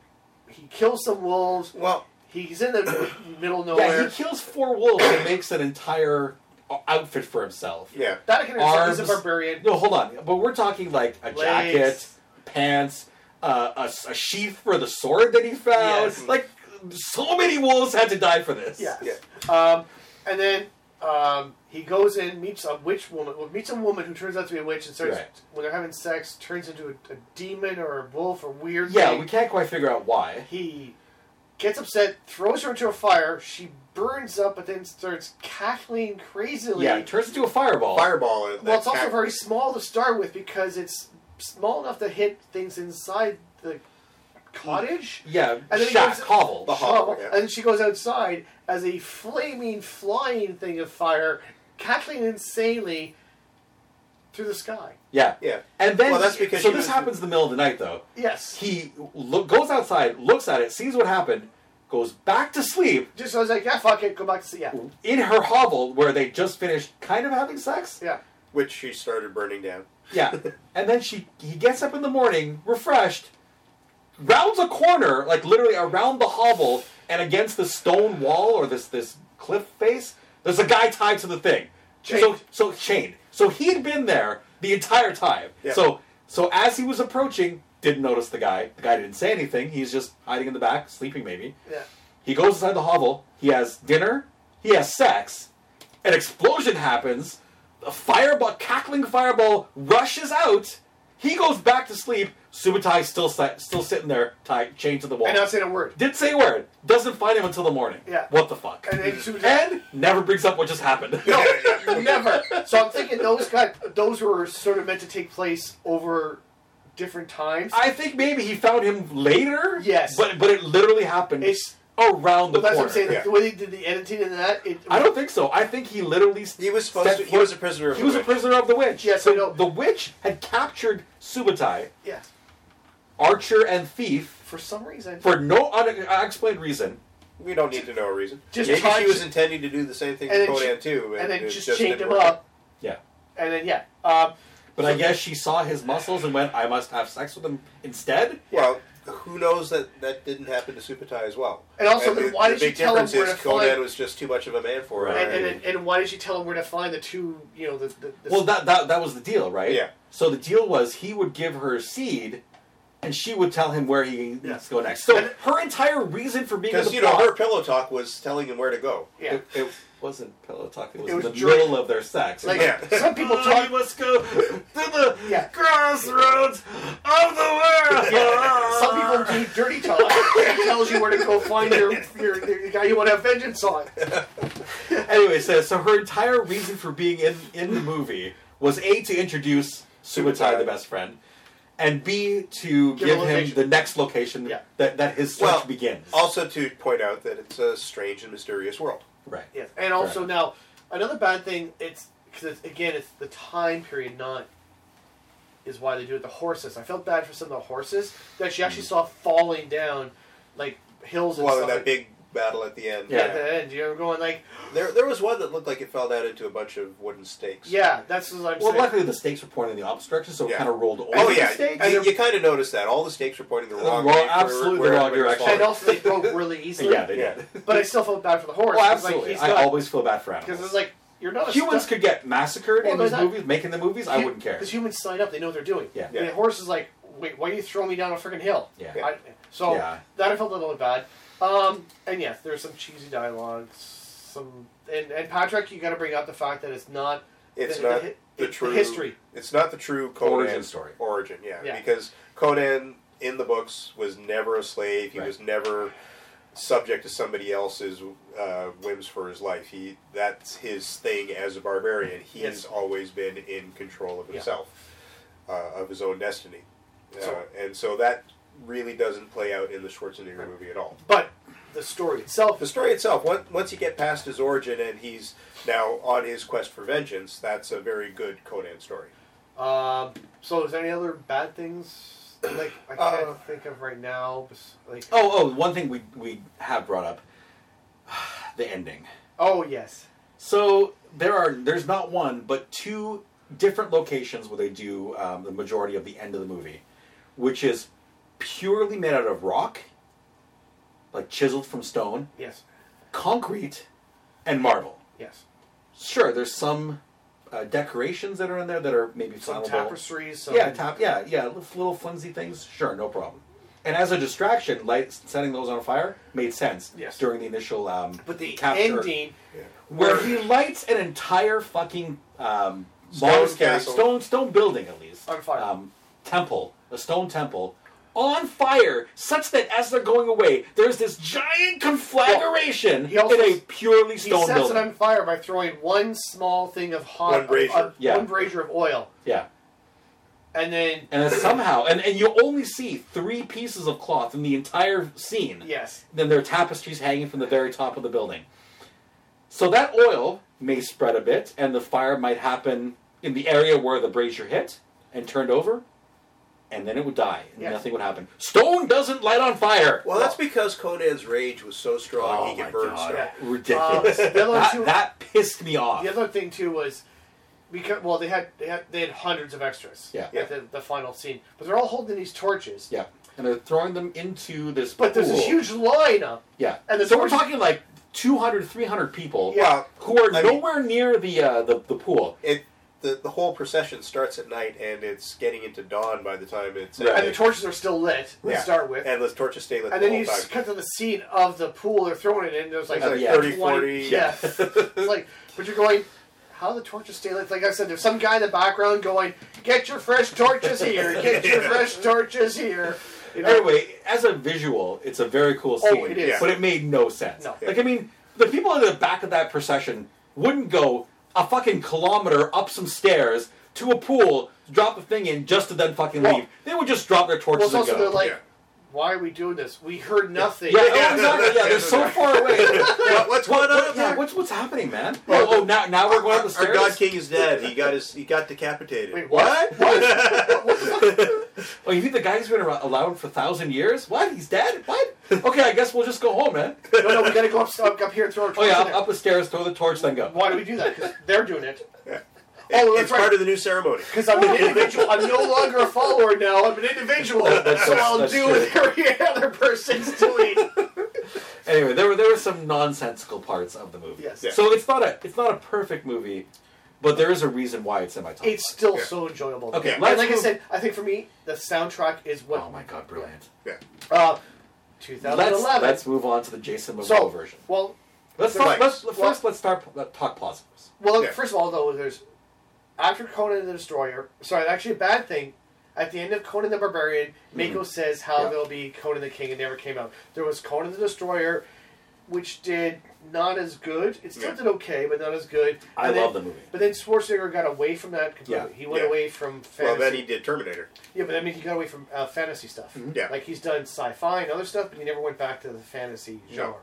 Speaker 2: he kills some wolves.
Speaker 3: Well,
Speaker 2: He's in the middle of nowhere.
Speaker 1: yeah, he kills four wolves and makes an entire outfit for himself.
Speaker 3: yeah.
Speaker 2: That can arms,
Speaker 1: Arms.
Speaker 2: is a barbarian.
Speaker 1: No, hold on. But we're talking like a
Speaker 2: Legs.
Speaker 1: jacket, pants, uh, a, s- a sheath for the sword that he found.
Speaker 2: Yes.
Speaker 1: Like, so many wolves had to die for this.
Speaker 2: Yes.
Speaker 3: Yeah.
Speaker 2: Um, and then um, he goes in, meets a witch woman, well, meets a woman who turns out to be a witch, and starts
Speaker 1: Right.
Speaker 2: when they're having sex, turns into a, a demon or a wolf or weird.
Speaker 1: Yeah,
Speaker 2: thing.
Speaker 1: we can't quite figure out why.
Speaker 2: He gets upset, throws her into a fire. She burns up, but then starts cackling crazily.
Speaker 1: Yeah, it turns into a fireball.
Speaker 3: Fireball. and
Speaker 2: well,
Speaker 3: that
Speaker 2: it's also
Speaker 3: cat-
Speaker 2: very small to start with because it's small enough to hit things inside the cottage.
Speaker 1: yeah,
Speaker 2: And then he
Speaker 1: shack,
Speaker 2: goes-
Speaker 1: hovel.
Speaker 3: The
Speaker 2: Oh,
Speaker 3: hovel, yeah.
Speaker 2: And she goes outside as a flaming, flying thing of fire, cackling insanely through the sky.
Speaker 1: Yeah.
Speaker 3: Yeah.
Speaker 1: And then,
Speaker 3: Well, that's because
Speaker 1: so
Speaker 3: he
Speaker 1: this
Speaker 3: was-
Speaker 1: happens in the middle of the night, though.
Speaker 2: Yes.
Speaker 1: He lo- goes outside, looks at it, sees what happened, goes back to sleep
Speaker 2: just I was like, yeah, fuck it, go back to sleep. Yeah.
Speaker 1: in her hovel where they just finished kind of having sex.
Speaker 2: Yeah.
Speaker 3: Which she started burning down.
Speaker 1: Yeah. And then she he gets up in the morning, refreshed, rounds a corner, like literally around the hovel, and against the stone wall or this this cliff face, there's a guy tied to the thing. So
Speaker 2: Chained.
Speaker 1: so chained. So he had been there the entire time.
Speaker 3: Yeah.
Speaker 1: So so as he was approaching, didn't notice the guy. The guy didn't say anything. He's just hiding in the back, sleeping maybe.
Speaker 2: Yeah.
Speaker 1: He goes inside the hovel. He has dinner. He has sex. An explosion happens. A fireball, cackling fireball, rushes out. He goes back to sleep. Subutai still si- still sitting there, tied, chained to the wall.
Speaker 2: And not saying a word.
Speaker 1: Didn't say a word. Doesn't find him until the morning.
Speaker 2: Yeah.
Speaker 1: What the fuck?
Speaker 2: And then she was
Speaker 1: And never brings up what just happened.
Speaker 2: no, never. So I'm thinking those got those were sort of meant to take place over different times.
Speaker 1: I think maybe he found him later.
Speaker 2: Yes.
Speaker 1: But but it literally happened
Speaker 2: It's-
Speaker 1: around the
Speaker 2: but that's what
Speaker 1: corner.
Speaker 2: I'm saying.
Speaker 3: Yeah.
Speaker 2: The way they did the editing and that, it,
Speaker 1: I don't think so. I think he literally
Speaker 3: He was supposed
Speaker 1: stepped
Speaker 3: to. He was a prisoner of
Speaker 1: He
Speaker 3: the
Speaker 1: was a
Speaker 3: witch.
Speaker 1: prisoner of the witch.
Speaker 2: Yes,
Speaker 1: so
Speaker 2: I know.
Speaker 1: the witch had captured Subutai,
Speaker 2: Yes.
Speaker 1: archer and thief,
Speaker 2: For some reason.
Speaker 1: for no un- unexplained reason.
Speaker 3: We don't need to know a reason.
Speaker 2: Just
Speaker 3: Maybe
Speaker 2: charge-
Speaker 3: she was intending to do the same thing
Speaker 2: And
Speaker 3: to
Speaker 2: then
Speaker 3: Conan
Speaker 2: she-
Speaker 3: too,
Speaker 2: and then
Speaker 3: it
Speaker 2: just,
Speaker 3: didn't
Speaker 2: chained him
Speaker 3: work.
Speaker 2: up.
Speaker 1: Yeah.
Speaker 2: And then yeah. Um,
Speaker 1: But I guess she saw his muscles and went, I must have sex with him instead.
Speaker 3: Well, who knows that that didn't happen to Supatai as well?
Speaker 2: And also,
Speaker 3: the,
Speaker 2: then why
Speaker 3: the
Speaker 2: did she
Speaker 3: big
Speaker 2: tell him
Speaker 3: difference
Speaker 2: where
Speaker 3: is
Speaker 2: to
Speaker 3: Conan
Speaker 2: find-
Speaker 3: was just too much of a man for her.
Speaker 1: Right.
Speaker 2: and, and, and why did she tell him where to find the two? You know the. the, the
Speaker 1: Well, that, that, that was the deal, right?
Speaker 3: Yeah.
Speaker 1: So the deal was he would give her seed and she would tell him where he
Speaker 2: Yeah.
Speaker 1: needs to go next. So
Speaker 2: And-
Speaker 1: her entire reason for being in
Speaker 3: Because
Speaker 1: the
Speaker 3: you know
Speaker 1: plot-
Speaker 3: her pillow talk was telling him where to go.
Speaker 2: yeah.
Speaker 1: It, it wasn't pillow talk. It was,
Speaker 2: It was
Speaker 1: in the
Speaker 2: jerk-
Speaker 1: middle of their sex.
Speaker 2: Like
Speaker 3: Yeah.
Speaker 2: some people talk.
Speaker 1: must go to the
Speaker 2: Yeah.
Speaker 1: crossroads of the world.
Speaker 2: Yeah, some people do dirty talk. It tells you where to go find your, your, your guy you want to have vengeance on.
Speaker 1: anyway, so, so her entire reason for being in, in the movie was A, to introduce Subotai, the best friend, and B, to
Speaker 2: Give
Speaker 1: give
Speaker 2: a
Speaker 1: him
Speaker 2: location.
Speaker 1: the next location
Speaker 2: Yeah.
Speaker 1: that, that his search
Speaker 3: Well,
Speaker 1: begins.
Speaker 3: Also, to point out that it's a strange and mysterious world.
Speaker 1: right.
Speaker 2: Yes, and also
Speaker 1: Right.
Speaker 2: now another bad thing it's because it's, again it's the time period not is why they do it. The horses. I felt bad for some of the horses that she
Speaker 1: Mm.
Speaker 2: actually saw falling down like hills and
Speaker 3: Well,
Speaker 2: stuff.
Speaker 3: that
Speaker 2: like-
Speaker 3: big battle at the end.
Speaker 2: yeah,
Speaker 1: Yeah.
Speaker 2: at the end, you're going like,
Speaker 3: There, there was one that looked like it fell down into a bunch of wooden stakes.
Speaker 2: yeah, that's what I'm
Speaker 1: Well,
Speaker 2: saying.
Speaker 1: luckily the stakes were pointing in the opposite direction, so it
Speaker 3: Yeah.
Speaker 1: kind of rolled over.
Speaker 3: Oh
Speaker 2: the
Speaker 3: yeah,
Speaker 2: stakes-
Speaker 3: you, you kind of noticed that all the stakes were pointing the
Speaker 1: The
Speaker 3: wrong
Speaker 1: wrong-
Speaker 3: way. for
Speaker 1: absolutely
Speaker 3: where
Speaker 1: the wrong
Speaker 3: everybody was
Speaker 1: direction.
Speaker 2: and
Speaker 3: falling.
Speaker 2: also they broke really easily.
Speaker 1: Yeah, they
Speaker 3: Yeah.
Speaker 1: did.
Speaker 2: But I still felt bad for the horse.
Speaker 1: Oh,
Speaker 2: 'cause,
Speaker 1: absolutely.
Speaker 2: Like,
Speaker 1: I always feel bad for
Speaker 2: because it's
Speaker 1: animals.
Speaker 2: like you're not a
Speaker 1: Humans
Speaker 2: stu-
Speaker 1: could get massacred
Speaker 2: Well,
Speaker 1: in
Speaker 2: they're
Speaker 1: these
Speaker 2: not-
Speaker 1: movies, making the movies. I wouldn't care.
Speaker 2: Because humans sign up, they know what they're doing.
Speaker 1: Yeah.
Speaker 2: And
Speaker 3: Yeah.
Speaker 2: the horse is like, wait, why are you throwing me down a freaking hill?
Speaker 1: Yeah.
Speaker 2: I, so
Speaker 1: Yeah.
Speaker 2: that I felt a little bad. Um, and yes, there's some cheesy dialogue. Some and, and Patrick, you got to bring up the fact that it's not.
Speaker 3: It's
Speaker 2: the- the
Speaker 3: not
Speaker 2: hi-
Speaker 3: the
Speaker 2: it's
Speaker 3: true
Speaker 2: history.
Speaker 3: It's not the true Conan
Speaker 1: Origin story.
Speaker 3: Origin, yeah,
Speaker 2: Yeah.
Speaker 3: because Conan in the books was never a slave. He
Speaker 1: Right.
Speaker 3: was never subject to somebody else's uh, whims for his life. He that's his thing as a barbarian. He's
Speaker 2: Yes.
Speaker 3: always been in control of
Speaker 2: Yeah.
Speaker 3: himself, uh, of his own destiny, uh,
Speaker 2: So-
Speaker 3: and so that really doesn't play out in the Schwarzenegger movie at all
Speaker 2: But the story itself
Speaker 3: the
Speaker 2: is
Speaker 3: story itself, on- once you get past his origin and he's now on his quest for vengeance, that's a very good Conan story.
Speaker 2: Um, so, is there any other bad things like I can't
Speaker 3: Uh,
Speaker 2: think of right now? bes- Like, oh,
Speaker 1: Oh, oh, one thing we we have brought up the ending.
Speaker 2: oh, yes,
Speaker 1: So there are there's not one but two different locations where they do um, the majority of the end of the movie, which is purely made out of rock, like chiseled from stone,
Speaker 2: yes,
Speaker 1: concrete, and marble.
Speaker 2: yes.
Speaker 1: Sure, there's some uh, decorations that are in there that are maybe
Speaker 2: Some
Speaker 1: flammable.
Speaker 2: tapestries. Some,
Speaker 1: yeah, tap. Yeah, yeah, little, little flimsy things. Sure, no problem. And as a distraction, light setting those on fire made sense
Speaker 2: Yes.
Speaker 1: during the initial. Um,
Speaker 2: But the
Speaker 1: capture
Speaker 2: ending,
Speaker 1: where he lights an entire fucking um,
Speaker 3: Stone
Speaker 1: monastery,
Speaker 3: castle.
Speaker 1: stone stone building at least
Speaker 2: On fire.
Speaker 1: um, temple, a stone temple, on fire, such that as they're going away, there's this giant conflagration
Speaker 2: he also-
Speaker 1: in a purely
Speaker 2: he
Speaker 1: stone
Speaker 2: sets
Speaker 1: building.
Speaker 2: it on fire by throwing one small thing of hot,
Speaker 3: One brazier.
Speaker 2: of- of-
Speaker 1: Yeah.
Speaker 2: one brazier of oil,
Speaker 1: Yeah,
Speaker 2: and then
Speaker 1: and then somehow, and and you only see three pieces of cloth in the entire scene.
Speaker 2: yes,
Speaker 1: Then there are tapestries hanging from the very top of the building. So that oil may spread a bit, and the fire might happen in the area where the brazier hit and turned over, and then it would die, and
Speaker 2: Yes.
Speaker 1: nothing would happen. Stone doesn't light on fire.
Speaker 3: Well, that's because Conan's rage was so strong he could burn stuff.
Speaker 1: Ridiculous.
Speaker 2: Uh, the other
Speaker 1: that,
Speaker 2: two-
Speaker 1: that pissed me off.
Speaker 2: The other thing too was because well they had they had they had hundreds of extras.
Speaker 1: Yeah.
Speaker 2: At the, the final scene, but they're all holding these torches.
Speaker 1: Yeah, and they're throwing them into this.
Speaker 2: But there's this
Speaker 1: pool.
Speaker 2: huge line up.
Speaker 1: Yeah,
Speaker 2: and the
Speaker 1: so we're
Speaker 2: torch-
Speaker 1: talking like 200, 300 people
Speaker 2: Yeah.
Speaker 3: Well,
Speaker 1: who are
Speaker 3: I mean-
Speaker 1: nowhere near the, uh, the the pool.
Speaker 3: it the, the whole procession starts at night and it's getting into dawn by the time it's
Speaker 1: Right.
Speaker 2: And the torches are still lit to
Speaker 3: Yeah.
Speaker 2: start with.
Speaker 3: and the torches stay lit
Speaker 2: And
Speaker 3: the
Speaker 2: then
Speaker 3: whole
Speaker 2: you
Speaker 3: time.
Speaker 2: s- cut to the scene of the pool they're throwing it in. There's like,
Speaker 3: It's like
Speaker 1: yeah.
Speaker 3: 30,
Speaker 2: 20
Speaker 3: 40.
Speaker 2: Yeah. it's like, but you're going, how the torches stay lit? Like I said, there's some guy in the background going, get your fresh torches here, get your fresh torches here. You know?
Speaker 1: Anyway, as a visual, it's a very cool scene.
Speaker 2: Oh, it is.
Speaker 1: But it made no sense.
Speaker 2: No.
Speaker 1: Like, I mean, the people in the back of that procession wouldn't go a fucking kilometer up some stairs to a pool, drop the thing in, just to then fucking
Speaker 2: Well-
Speaker 1: leave. They would just drop their
Speaker 2: well,
Speaker 1: torches
Speaker 2: it's also
Speaker 1: and
Speaker 2: they're
Speaker 1: go.
Speaker 2: like,
Speaker 3: Yeah.
Speaker 2: why are we doing this? We heard nothing.
Speaker 1: yeah, oh, exactly. Yeah, they're so far away. uh,
Speaker 3: What- what's going on? up
Speaker 1: yeah,
Speaker 3: there?
Speaker 1: what's what's happening, man? Oh, oh, now now we're going up the
Speaker 3: Our,
Speaker 1: stairs.
Speaker 3: God King is dead. He got his he got decapitated.
Speaker 2: Wait, what?
Speaker 1: Oh, you think the guy's been ar- allowed for a thousand years? What? He's dead? What? Okay, I guess we'll just go home, man.
Speaker 2: no, no, we gotta go up, up, up here and throw our
Speaker 1: Oh
Speaker 2: torches
Speaker 1: yeah,
Speaker 2: in
Speaker 1: up,
Speaker 2: there.
Speaker 1: up the stairs, throw the torch, then go.
Speaker 2: Why do we do that? Because they're doing it.
Speaker 3: It-
Speaker 2: Oh, that's
Speaker 3: it's part
Speaker 2: right.
Speaker 3: of the new ceremony.
Speaker 2: Because I'm an individual. I'm no longer a follower now. I'm an individual.
Speaker 1: that's-
Speaker 2: so I'll
Speaker 1: that's
Speaker 2: do
Speaker 1: true.
Speaker 2: what every other person's doing.
Speaker 1: Anyway, there were there were some nonsensical parts of the movie.
Speaker 2: Yes.
Speaker 3: Yeah.
Speaker 1: So it's not a it's not a perfect movie, but there is a reason why it's in my top.
Speaker 2: It's still
Speaker 3: Yeah.
Speaker 2: so enjoyable.
Speaker 1: Okay,
Speaker 2: and
Speaker 1: let's
Speaker 2: like I
Speaker 1: move-
Speaker 2: said, I think for me, the soundtrack is
Speaker 1: five.
Speaker 2: what.
Speaker 1: oh my god, brilliant.
Speaker 3: Yeah.
Speaker 1: Oh.
Speaker 2: Uh,
Speaker 1: Let's
Speaker 2: 2011.
Speaker 1: let's move on to the Jason Momoa
Speaker 2: so
Speaker 1: version.
Speaker 2: well,
Speaker 1: Let's talk,
Speaker 3: right.
Speaker 1: let's
Speaker 2: Well-
Speaker 1: first let's start let talk positives.
Speaker 2: well.
Speaker 3: Yeah.
Speaker 2: First of all, though, there's after Conan the Destroyer. Sorry, actually, a bad thing. At the end of Conan the Barbarian, Mako says how
Speaker 1: Mm-hmm. Yeah.
Speaker 2: there'll be Conan the King and never came out. There was Conan the Destroyer. which did not as good. It still
Speaker 3: Yeah.
Speaker 2: did okay, but not as good.
Speaker 1: I
Speaker 2: And
Speaker 1: love
Speaker 2: then-
Speaker 1: the movie.
Speaker 2: But then Schwarzenegger got away from that completely.
Speaker 1: Yeah.
Speaker 2: He went
Speaker 3: Yeah.
Speaker 2: away from fantasy.
Speaker 3: Well, then he did Terminator.
Speaker 2: Yeah, but I mean, he got away from uh, fantasy stuff.
Speaker 3: Mm-hmm. Yeah.
Speaker 2: Like he's done sci-fi and other stuff, but he never went back to the fantasy
Speaker 3: No.
Speaker 2: genre.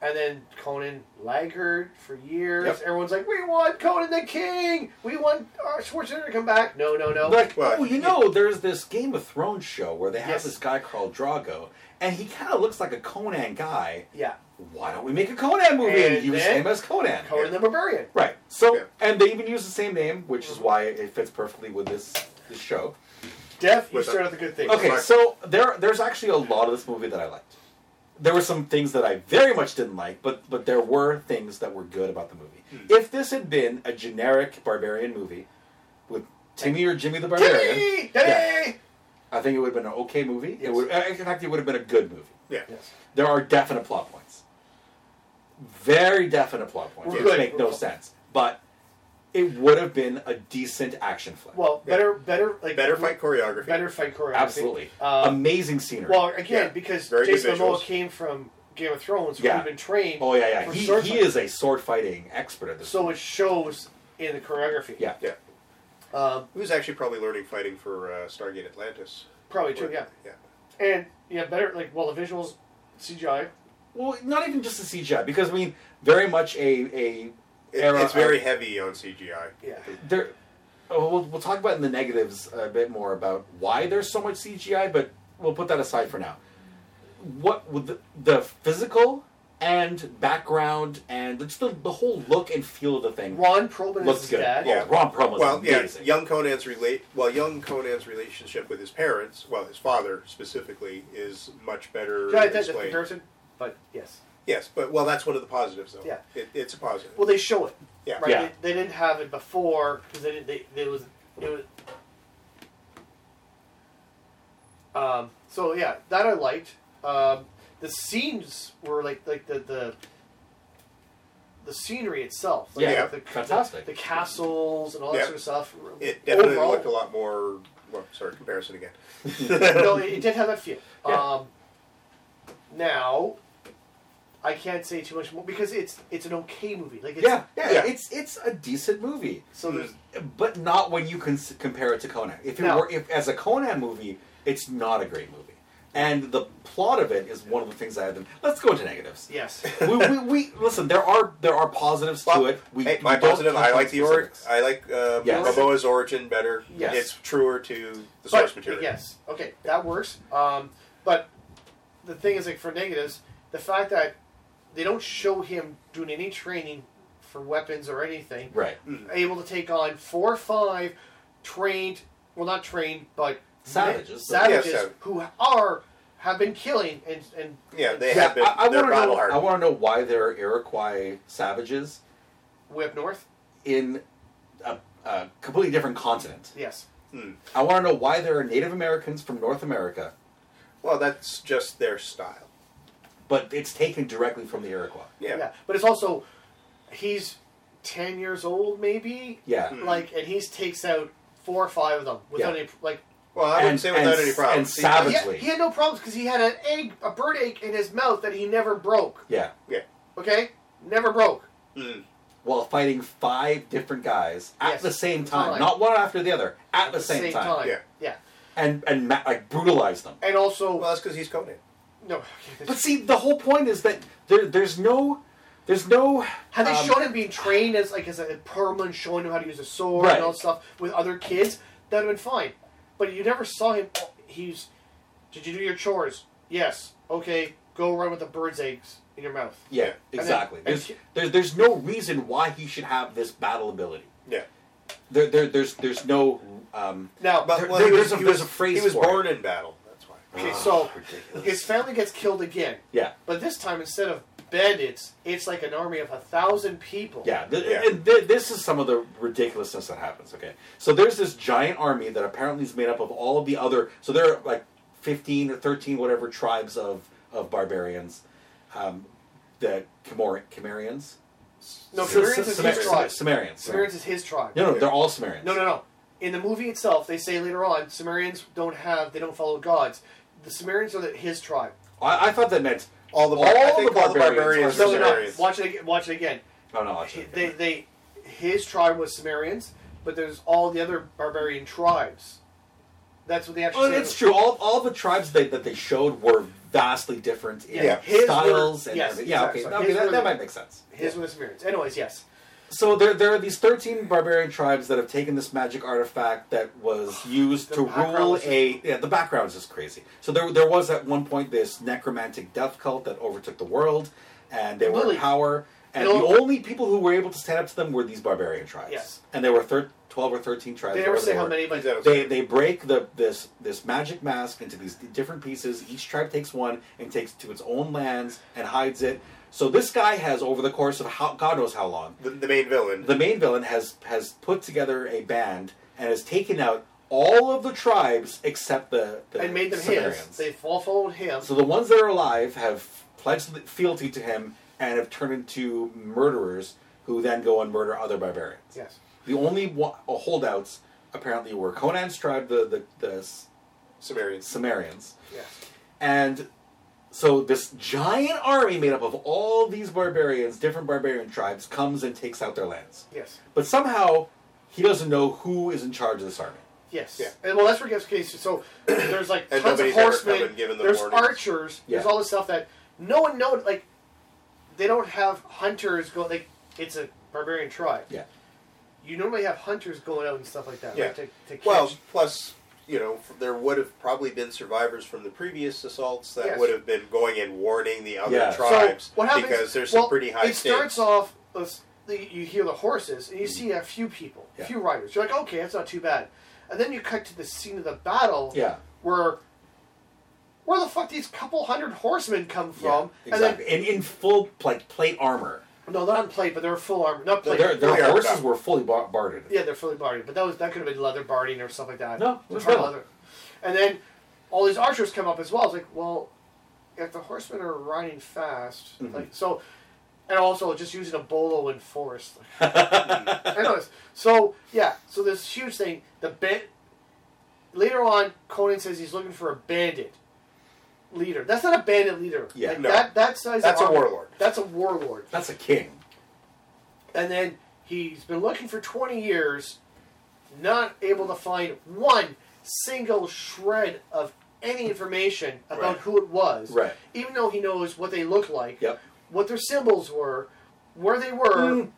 Speaker 2: And then Conan laggard for years.
Speaker 3: Yep.
Speaker 2: Everyone's like, "We want Conan the King. We want uh, Schwarzenegger to come back." No, no, no.
Speaker 1: Like,
Speaker 3: Well,
Speaker 1: oh, you
Speaker 3: yeah.
Speaker 1: know, there's this Game of Thrones show where they have
Speaker 2: Yes.
Speaker 1: this guy called Drago, and he kind of looks like a Conan guy.
Speaker 2: yeah,
Speaker 1: Why don't we make a Conan movie and,
Speaker 2: And
Speaker 1: use
Speaker 2: then-
Speaker 1: him as Conan?
Speaker 2: Conan the Barbarian.
Speaker 1: Right. So,
Speaker 3: Yeah.
Speaker 1: and they even use the same name, which is why it fits perfectly with this, this show.
Speaker 2: Def, you
Speaker 3: With a-
Speaker 2: start out the good thing.
Speaker 1: Okay,
Speaker 3: Right.
Speaker 1: so there there's actually a lot of this movie that I liked. There were some things that I very much didn't like, but but there were things that were good about the movie.
Speaker 2: Hmm.
Speaker 1: If this had been a generic barbarian movie with Timmy or Jimmy the Barbarian,
Speaker 2: Timmy!
Speaker 1: Yeah.
Speaker 2: Timmy!
Speaker 1: I think it would have been an okay movie. It
Speaker 2: Yes.
Speaker 1: would, uh, in fact, it would have been a good movie.
Speaker 3: Yeah.
Speaker 2: Yes.
Speaker 1: There are definite plot points, very definite plot points,
Speaker 2: We're
Speaker 1: which
Speaker 2: good.
Speaker 1: make no
Speaker 2: We're-
Speaker 1: sense. But it would have been a decent action flick.
Speaker 2: Well,
Speaker 3: Yeah.
Speaker 2: better, better, like
Speaker 3: Better fight choreography.
Speaker 2: better fight choreography.
Speaker 1: absolutely
Speaker 2: Um,
Speaker 1: amazing scenery.
Speaker 2: well, again,
Speaker 3: Yeah.
Speaker 2: because
Speaker 3: Very good
Speaker 2: Jason Momoa
Speaker 3: visuals.
Speaker 2: came from Game of Thrones, where
Speaker 1: Yeah.
Speaker 2: he'd been trained.
Speaker 1: oh yeah, yeah.
Speaker 2: for
Speaker 1: He,
Speaker 2: sword
Speaker 1: he
Speaker 2: fight.
Speaker 1: is a sword fighting expert at this.
Speaker 2: So it shows in the choreography.
Speaker 1: yeah.
Speaker 3: Yeah.
Speaker 2: Um,
Speaker 3: He was actually probably learning fighting for uh, Stargate Atlantis.
Speaker 2: probably true. Yeah.
Speaker 3: Yeah.
Speaker 2: And yeah, better like well the visuals, CGI.
Speaker 1: Well, not even just the CGI, because I mean, very much a a
Speaker 3: It,
Speaker 1: era
Speaker 3: it's very
Speaker 1: of-
Speaker 3: heavy on CGI.
Speaker 2: Yeah.
Speaker 1: there. Oh, we'll, we'll talk about in the negatives a bit more about why there's so much CGI, but we'll put that aside for now. What with the, the physical and background and just the, the whole look and feel of the thing
Speaker 2: Ron Perlman is
Speaker 1: looks
Speaker 2: his
Speaker 1: good.
Speaker 2: dad.
Speaker 1: Oh, Ron Perlman's
Speaker 3: Well, yeah,
Speaker 1: amazing.
Speaker 3: young Conan's relate. Well, young Conan's relationship with his parents, well, his father specifically, is much better
Speaker 2: Yeah, that's a
Speaker 3: displayed.
Speaker 2: comparison, but yes.
Speaker 3: Yes, but well, that's one of the positives, though.
Speaker 2: Yeah.
Speaker 3: it, it's a positive.
Speaker 2: Well, they show it.
Speaker 3: yeah,
Speaker 2: Right.
Speaker 1: Yeah.
Speaker 2: They, they didn't have it before because they, didn't- they they was it was. Um. So yeah, that I liked. Um, the scenes were like like the the. The scenery itself, like
Speaker 1: Yeah.
Speaker 2: the, the,
Speaker 1: Fantastic.
Speaker 2: The, castles and all that
Speaker 3: Yeah.
Speaker 2: sort of stuff.
Speaker 3: it definitely
Speaker 2: Overall,
Speaker 3: looked a lot more. Well, sorry, comparison again.
Speaker 2: no, it, it did have that feel.
Speaker 1: Yeah.
Speaker 2: Um, now, I can't say too much more because it's it's an okay movie. Like it's,
Speaker 1: yeah, yeah,
Speaker 3: yeah.
Speaker 1: It's it's a decent movie,
Speaker 2: So there's
Speaker 1: but not when you can compare it to Conan. If it
Speaker 2: No.
Speaker 1: were if as a Conan movie, it's not a great movie, and the plot of it is one of the things I have. Them. Let's go into negatives.
Speaker 2: yes.
Speaker 1: we, we, we listen. There are there are positives
Speaker 3: Well,
Speaker 1: to it. We,
Speaker 3: hey,
Speaker 1: we
Speaker 3: my
Speaker 1: don't
Speaker 3: positive.
Speaker 1: touch
Speaker 3: I
Speaker 1: on
Speaker 3: like the org.
Speaker 1: specifics.
Speaker 3: I like uh,
Speaker 1: Yes.
Speaker 3: Balboa's origin better.
Speaker 2: Yes.
Speaker 3: it's truer to the
Speaker 2: But,
Speaker 3: source material.
Speaker 2: Yes. Okay, that works. Um, but the thing is, like for negatives, the fact that they don't show him doing any training for weapons or anything,
Speaker 1: right.
Speaker 2: able to take on four or five trained, well, not trained, but
Speaker 1: Savages.
Speaker 2: savages
Speaker 3: Yeah, savage.
Speaker 2: who are have been killing and and
Speaker 3: Yeah, they
Speaker 1: Yeah,
Speaker 3: have been.
Speaker 1: I, I
Speaker 3: they're
Speaker 1: want to know.
Speaker 3: battle hard.
Speaker 1: I want to know why there are Iroquois savages
Speaker 2: way up north.
Speaker 1: in a, a completely different continent.
Speaker 2: Yes.
Speaker 1: I want to know why there are Native Americans from North America,
Speaker 3: well, that's just their style.
Speaker 1: but it's taken directly from the Iroquois.
Speaker 3: Yeah.
Speaker 2: Yeah, but it's also he's ten years old, maybe.
Speaker 1: Yeah.
Speaker 3: Hmm.
Speaker 2: Like, and he takes out four or five of them without
Speaker 1: Yeah.
Speaker 2: any like.
Speaker 3: Well, I wouldn't
Speaker 1: And-
Speaker 3: say without
Speaker 1: and-
Speaker 3: any problems.
Speaker 1: and
Speaker 3: See,
Speaker 1: savage-
Speaker 2: He had,
Speaker 1: Savagely.
Speaker 2: he had no problems because he had an egg, a bird egg in his mouth that he never broke.
Speaker 1: Yeah.
Speaker 3: Yeah.
Speaker 2: Okay, never broke.
Speaker 3: Mm.
Speaker 1: While fighting five different guys at
Speaker 2: Yes.
Speaker 1: the same time,
Speaker 2: Time.
Speaker 1: not one after the other, at, the, same, time,
Speaker 3: Yeah.
Speaker 2: Yeah.
Speaker 1: and and ma- like brutalize them.
Speaker 2: And also, uh,
Speaker 3: Well, that's because he's Conan.
Speaker 2: no.
Speaker 1: But see, the whole point is that there, there's no, there's no.
Speaker 2: Had they
Speaker 1: um,
Speaker 2: shown him being trained as like as a permanent showing him how to use a sword
Speaker 1: Right.
Speaker 2: and all that stuff with other kids, that'd have been fine. But you never saw him. He's. Did you do your chores? Yes. Okay. Go run with the bird's eggs in your mouth.
Speaker 1: Yeah,
Speaker 2: then-
Speaker 1: exactly.
Speaker 2: and
Speaker 1: There's,
Speaker 2: ki-
Speaker 1: there's there's no reason why he should have this battle ability.
Speaker 3: Yeah.
Speaker 1: There, there there's there's no. Um,
Speaker 2: Now,
Speaker 3: But
Speaker 1: There-
Speaker 3: well,
Speaker 1: there-
Speaker 3: he
Speaker 1: there's
Speaker 3: was,
Speaker 1: a-
Speaker 3: he
Speaker 1: there's
Speaker 3: was,
Speaker 1: a phrase
Speaker 3: He was
Speaker 1: for it. Uh-huh.
Speaker 3: born in battle. That's why.
Speaker 2: okay, so
Speaker 1: ridiculous.
Speaker 2: his family gets killed again,
Speaker 1: yeah,
Speaker 2: but this time instead of bandits, it's like an army of a thousand people.
Speaker 1: yeah. Th-
Speaker 3: Yeah.
Speaker 1: and th- this is some of the ridiculousness that happens. Okay, so there's this giant army that apparently is made up of all of the other. So there are like fifteen or thirteen, whatever tribes of of barbarians, um, the Camor- Camarians.
Speaker 2: No,
Speaker 1: Sa-
Speaker 2: Sumerians
Speaker 1: Sa-
Speaker 2: is
Speaker 1: Sumer-
Speaker 2: his tribe.
Speaker 1: Sumerians.
Speaker 2: Sumerians is his tribe.
Speaker 1: No, no, they're all Sumerians.
Speaker 2: No, no, no. In the movie itself, they say later on, Sumerians don't have, they don't follow gods. The Sumerians are the, his tribe.
Speaker 1: I, I thought that meant
Speaker 3: All the, bar-
Speaker 1: All
Speaker 3: I think
Speaker 1: the
Speaker 3: all the
Speaker 1: barbarians
Speaker 3: barbarians
Speaker 1: are
Speaker 2: No,
Speaker 3: are
Speaker 2: they're
Speaker 3: Sumerians.
Speaker 2: not. Watch it. ag- Watch it again.
Speaker 1: Oh no, that's
Speaker 2: He- They, they, his tribe was Sumerians, but there's all the other barbarian tribes. That's what they actually.
Speaker 1: Well,
Speaker 2: say.
Speaker 1: Oh, it's true. All, all the tribes they, that they showed were vastly different in
Speaker 2: Yeah. His
Speaker 1: styles
Speaker 2: were-
Speaker 1: and
Speaker 2: yes,
Speaker 1: everything. yeah.
Speaker 2: exactly.
Speaker 1: Okay, okay,
Speaker 2: His
Speaker 1: that,
Speaker 2: were-
Speaker 1: that might make sense.
Speaker 2: His was Sumerians. Anyways, yes.
Speaker 1: So there, there are these thirteen barbarian tribes that have taken this magic artifact that was used
Speaker 2: The
Speaker 1: to
Speaker 2: background
Speaker 1: rule
Speaker 2: is-
Speaker 1: a. Yeah, the background is just crazy. So there, there was at one point this necromantic death cult that overtook the world, and they were
Speaker 2: Literally.
Speaker 1: in power. And
Speaker 2: It'll-
Speaker 1: the only people who were able to stand up to them were these barbarian tribes.
Speaker 2: Yes.
Speaker 1: And there were thir- twelve or thirteen tribes.
Speaker 2: They
Speaker 1: or
Speaker 2: never
Speaker 1: whatever
Speaker 2: say how
Speaker 1: were.
Speaker 2: many, but
Speaker 3: Exactly.
Speaker 1: They they break the this this magic mask into these different pieces. Each tribe takes one and takes to its own lands and hides it. So this guy has over the course of how God knows how long,
Speaker 3: the, the main villain.
Speaker 1: the main villain has has put together a band and has taken out all of the tribes except the, the
Speaker 2: and made them his.
Speaker 1: Sumerians.
Speaker 2: They all followed him.
Speaker 1: So the ones that are alive have pledged fealty to him and have turned into murderers who then go and murder other barbarians.
Speaker 2: yes.
Speaker 1: The only wa- uh, holdouts apparently were Conan's tribe, the the, the S-
Speaker 3: Sumerians.
Speaker 1: Sumerians,
Speaker 2: Yes.
Speaker 1: and so this giant army made up of all these barbarians, different barbarian tribes, comes and takes out their lands.
Speaker 2: Yes.
Speaker 1: But somehow, he doesn't know who is in charge of this army.
Speaker 2: Yes.
Speaker 3: Yeah.
Speaker 2: And well, that's where it gets crazy. So there's like
Speaker 3: And
Speaker 2: tons of
Speaker 3: nobody's ever
Speaker 2: horsemen.
Speaker 3: come and given them
Speaker 2: there's
Speaker 3: warnings.
Speaker 2: archers. There's
Speaker 1: Yeah.
Speaker 2: all this stuff that no one knows. Like they don't have hunters go. Like it's a barbarian tribe.
Speaker 1: Yeah.
Speaker 2: You normally have hunters going out and stuff like that.
Speaker 3: Yeah.
Speaker 2: Right, to, to catch.
Speaker 3: Well, plus, you know, there would have probably been survivors from the previous assaults that
Speaker 2: Yes.
Speaker 3: would have been going and warning the other
Speaker 1: Yeah. So,
Speaker 3: tribes
Speaker 2: so what happens?
Speaker 3: because there's
Speaker 2: well,
Speaker 3: some pretty high
Speaker 2: It starts
Speaker 3: stakes. Mm.
Speaker 2: off. with the- You hear the horses, and you see a few people, a
Speaker 1: Yeah.
Speaker 2: few riders. You're like, okay, that's not too bad. And then you cut to the scene of the battle.
Speaker 1: Yeah.
Speaker 2: Where. Where the fuck these couple hundred horsemen come from?
Speaker 1: yeah, exactly.
Speaker 2: And
Speaker 1: And in full like plate armor.
Speaker 2: then no, not in plate, but they were full armor, not plate.
Speaker 1: Their, their
Speaker 3: fully armored
Speaker 1: horses
Speaker 3: up.
Speaker 1: were fully bar- bartered.
Speaker 2: Yeah, they're fully barded, but that was that could have been leather barding or stuff like that.
Speaker 1: No, it
Speaker 2: It's
Speaker 1: was
Speaker 2: hard
Speaker 1: metal.
Speaker 2: leather. And then all these archers come up as well. It's like, well, if the horsemen are riding fast,
Speaker 1: Mhm.
Speaker 2: like so, and also just using a bolo in forest. I know this. So yeah, so this huge thing. The band. Later on, Conan says he's looking for a bandit leader. That's not a bandit leader.
Speaker 1: Yeah,
Speaker 2: Like,
Speaker 3: no.
Speaker 2: that that size.
Speaker 3: That's a
Speaker 2: armor-
Speaker 3: warlord.
Speaker 2: That's a warlord.
Speaker 1: That's a king.
Speaker 2: And then he's been looking for 20 years, not able to find one single shred of any information about
Speaker 3: Right.
Speaker 2: who it was.
Speaker 1: Right.
Speaker 2: Even though he knows what they look like,
Speaker 1: Yep.
Speaker 2: what their symbols were, where they were.
Speaker 1: Mm.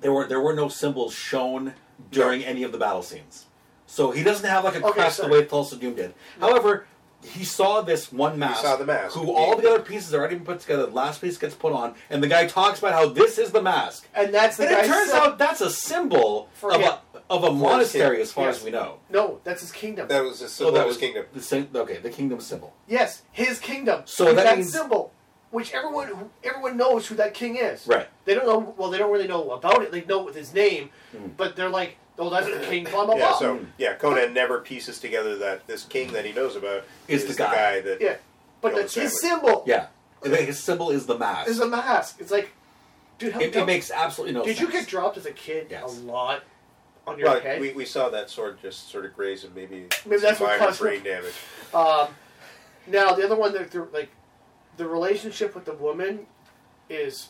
Speaker 1: There were there were no symbols shown during any of the battle scenes. So he doesn't have like a
Speaker 2: Okay,
Speaker 1: crest
Speaker 2: sorry.
Speaker 1: the way Tulsa Doom did. However, he saw this one mask.
Speaker 3: saw the mask.
Speaker 1: Who all the other pieces are already been put together. The last piece gets put on, and the guy talks about how this is the mask.
Speaker 2: And that's the
Speaker 1: And it
Speaker 2: guy's
Speaker 1: turns
Speaker 2: sim-
Speaker 1: out that's a symbol
Speaker 2: For
Speaker 1: of
Speaker 2: him.
Speaker 1: a, of a monastery,
Speaker 3: him.
Speaker 1: as far
Speaker 2: Yes.
Speaker 1: as we know.
Speaker 2: No, that's his kingdom.
Speaker 3: That was the symbol
Speaker 1: that
Speaker 3: of his kingdom.
Speaker 1: The syn- okay, the kingdom symbol.
Speaker 2: yes, his kingdom.
Speaker 1: So
Speaker 2: With
Speaker 1: that
Speaker 2: that,
Speaker 1: means-
Speaker 2: symbol, which everyone who- everyone knows who that king is.
Speaker 1: Right.
Speaker 2: They don't know. Well, they don't really know about it. They know with his name,
Speaker 1: Mm.
Speaker 2: but they're like, "Oh, that's the king." Blah blah
Speaker 3: Yeah,
Speaker 2: blah.
Speaker 3: so yeah, Conan never pieces together that this king that he knows about
Speaker 1: Is the guy.
Speaker 3: that
Speaker 2: yeah, but
Speaker 3: Kill
Speaker 2: that's
Speaker 3: his
Speaker 2: his
Speaker 3: family.
Speaker 2: symbol.
Speaker 1: Oh, Yeah. The- His symbol is the mask.
Speaker 2: is a mask. It's like, dude, how
Speaker 1: it, it
Speaker 2: dumb-
Speaker 1: makes absolutely no
Speaker 2: Did
Speaker 1: sense.
Speaker 2: you get dropped as a kid
Speaker 1: Yes.
Speaker 2: a lot on your
Speaker 3: Well,
Speaker 2: head?
Speaker 3: we, we saw that sword just sort of graze and maybe,
Speaker 2: Maybe that's what
Speaker 3: minor
Speaker 2: caused
Speaker 3: brain
Speaker 2: it.
Speaker 3: damage.
Speaker 2: um, now the other one that they're, like, the relationship with the woman is,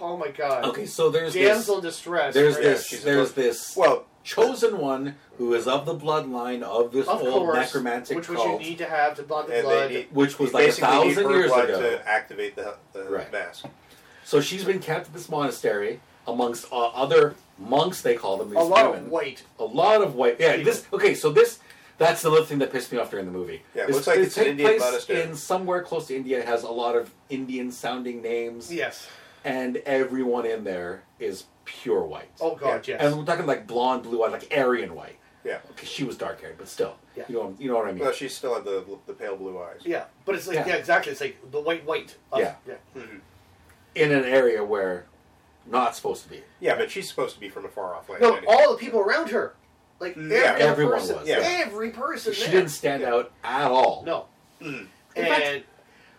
Speaker 2: oh my god.
Speaker 1: Okay, so there's
Speaker 2: damsel in distress.
Speaker 1: this. There's
Speaker 2: right?
Speaker 1: this.
Speaker 3: she's a
Speaker 1: There's
Speaker 3: bird.
Speaker 1: this
Speaker 3: Well,
Speaker 1: chosen one who is of the bloodline of this
Speaker 2: Of
Speaker 1: old
Speaker 2: course,
Speaker 1: necromantic
Speaker 2: which
Speaker 1: cult,
Speaker 2: was you need to have to bond the
Speaker 3: and
Speaker 2: blood.
Speaker 3: they need,
Speaker 1: which was
Speaker 3: you
Speaker 1: like a
Speaker 3: basically need
Speaker 1: thousand
Speaker 3: her
Speaker 1: years
Speaker 3: blood
Speaker 1: ago.
Speaker 3: to activate the, the
Speaker 1: Right.
Speaker 3: mask.
Speaker 1: So she's been kept at this monastery amongst uh, other monks. They call them these
Speaker 2: a lot
Speaker 1: women.
Speaker 2: of white.
Speaker 1: a lot of white. Yeah, this. Okay, so this. That's the other thing that pissed me off during the movie.
Speaker 3: Yeah, it
Speaker 1: This-
Speaker 3: looks like
Speaker 1: they
Speaker 3: it's an
Speaker 1: take
Speaker 3: Indian
Speaker 1: place
Speaker 3: monastery.
Speaker 1: in somewhere close to India. It has a lot of Indian-sounding names,
Speaker 2: Yes.
Speaker 1: and everyone in there is pure white.
Speaker 2: Oh god,
Speaker 3: Yeah.
Speaker 2: yes.
Speaker 1: And we're talking like blonde, blue-eyed, like Aryan white.
Speaker 3: Yeah.
Speaker 1: Okay, she was dark-haired, but still,
Speaker 2: Yeah.
Speaker 1: you know, you know what I mean.
Speaker 3: Well, she still had the the pale blue eyes.
Speaker 2: yeah, but it's like
Speaker 1: Yeah.
Speaker 2: yeah. exactly. It's like the white white. of-
Speaker 1: Yeah.
Speaker 2: yeah.
Speaker 1: in an area where not supposed to be.
Speaker 3: Yeah, but she's supposed to be from a far off land.
Speaker 2: No,
Speaker 3: anyway.
Speaker 2: all the people around her, like
Speaker 3: Yeah,
Speaker 2: every
Speaker 1: Mm, everyone
Speaker 2: person,
Speaker 1: was,
Speaker 3: yeah.
Speaker 2: every person.
Speaker 1: She
Speaker 2: there.
Speaker 1: didn't Mm. stand out at all.
Speaker 2: No.
Speaker 1: In fact-
Speaker 2: And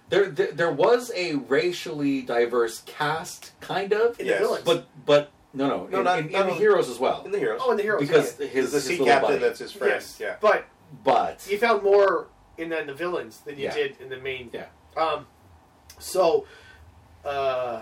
Speaker 1: There, there there was a racially diverse cast, kind of,
Speaker 2: in
Speaker 3: Yes.
Speaker 2: the village.
Speaker 1: but but no, no,
Speaker 3: No,
Speaker 1: in,
Speaker 3: not-
Speaker 1: in, in
Speaker 3: not
Speaker 1: the
Speaker 3: on-
Speaker 1: heroes as well.
Speaker 3: in the heroes.
Speaker 2: oh, and the heroes.
Speaker 1: because
Speaker 2: yeah.
Speaker 1: his,
Speaker 3: the
Speaker 1: his
Speaker 3: sea
Speaker 1: little
Speaker 3: captain
Speaker 1: buddy.
Speaker 3: that's his friend.
Speaker 2: Yes.
Speaker 3: Yeah.
Speaker 2: But
Speaker 1: but
Speaker 2: you found more in the, in the villains than you
Speaker 1: Yeah.
Speaker 2: did in the main.
Speaker 1: Yeah.
Speaker 2: Um, So, uh,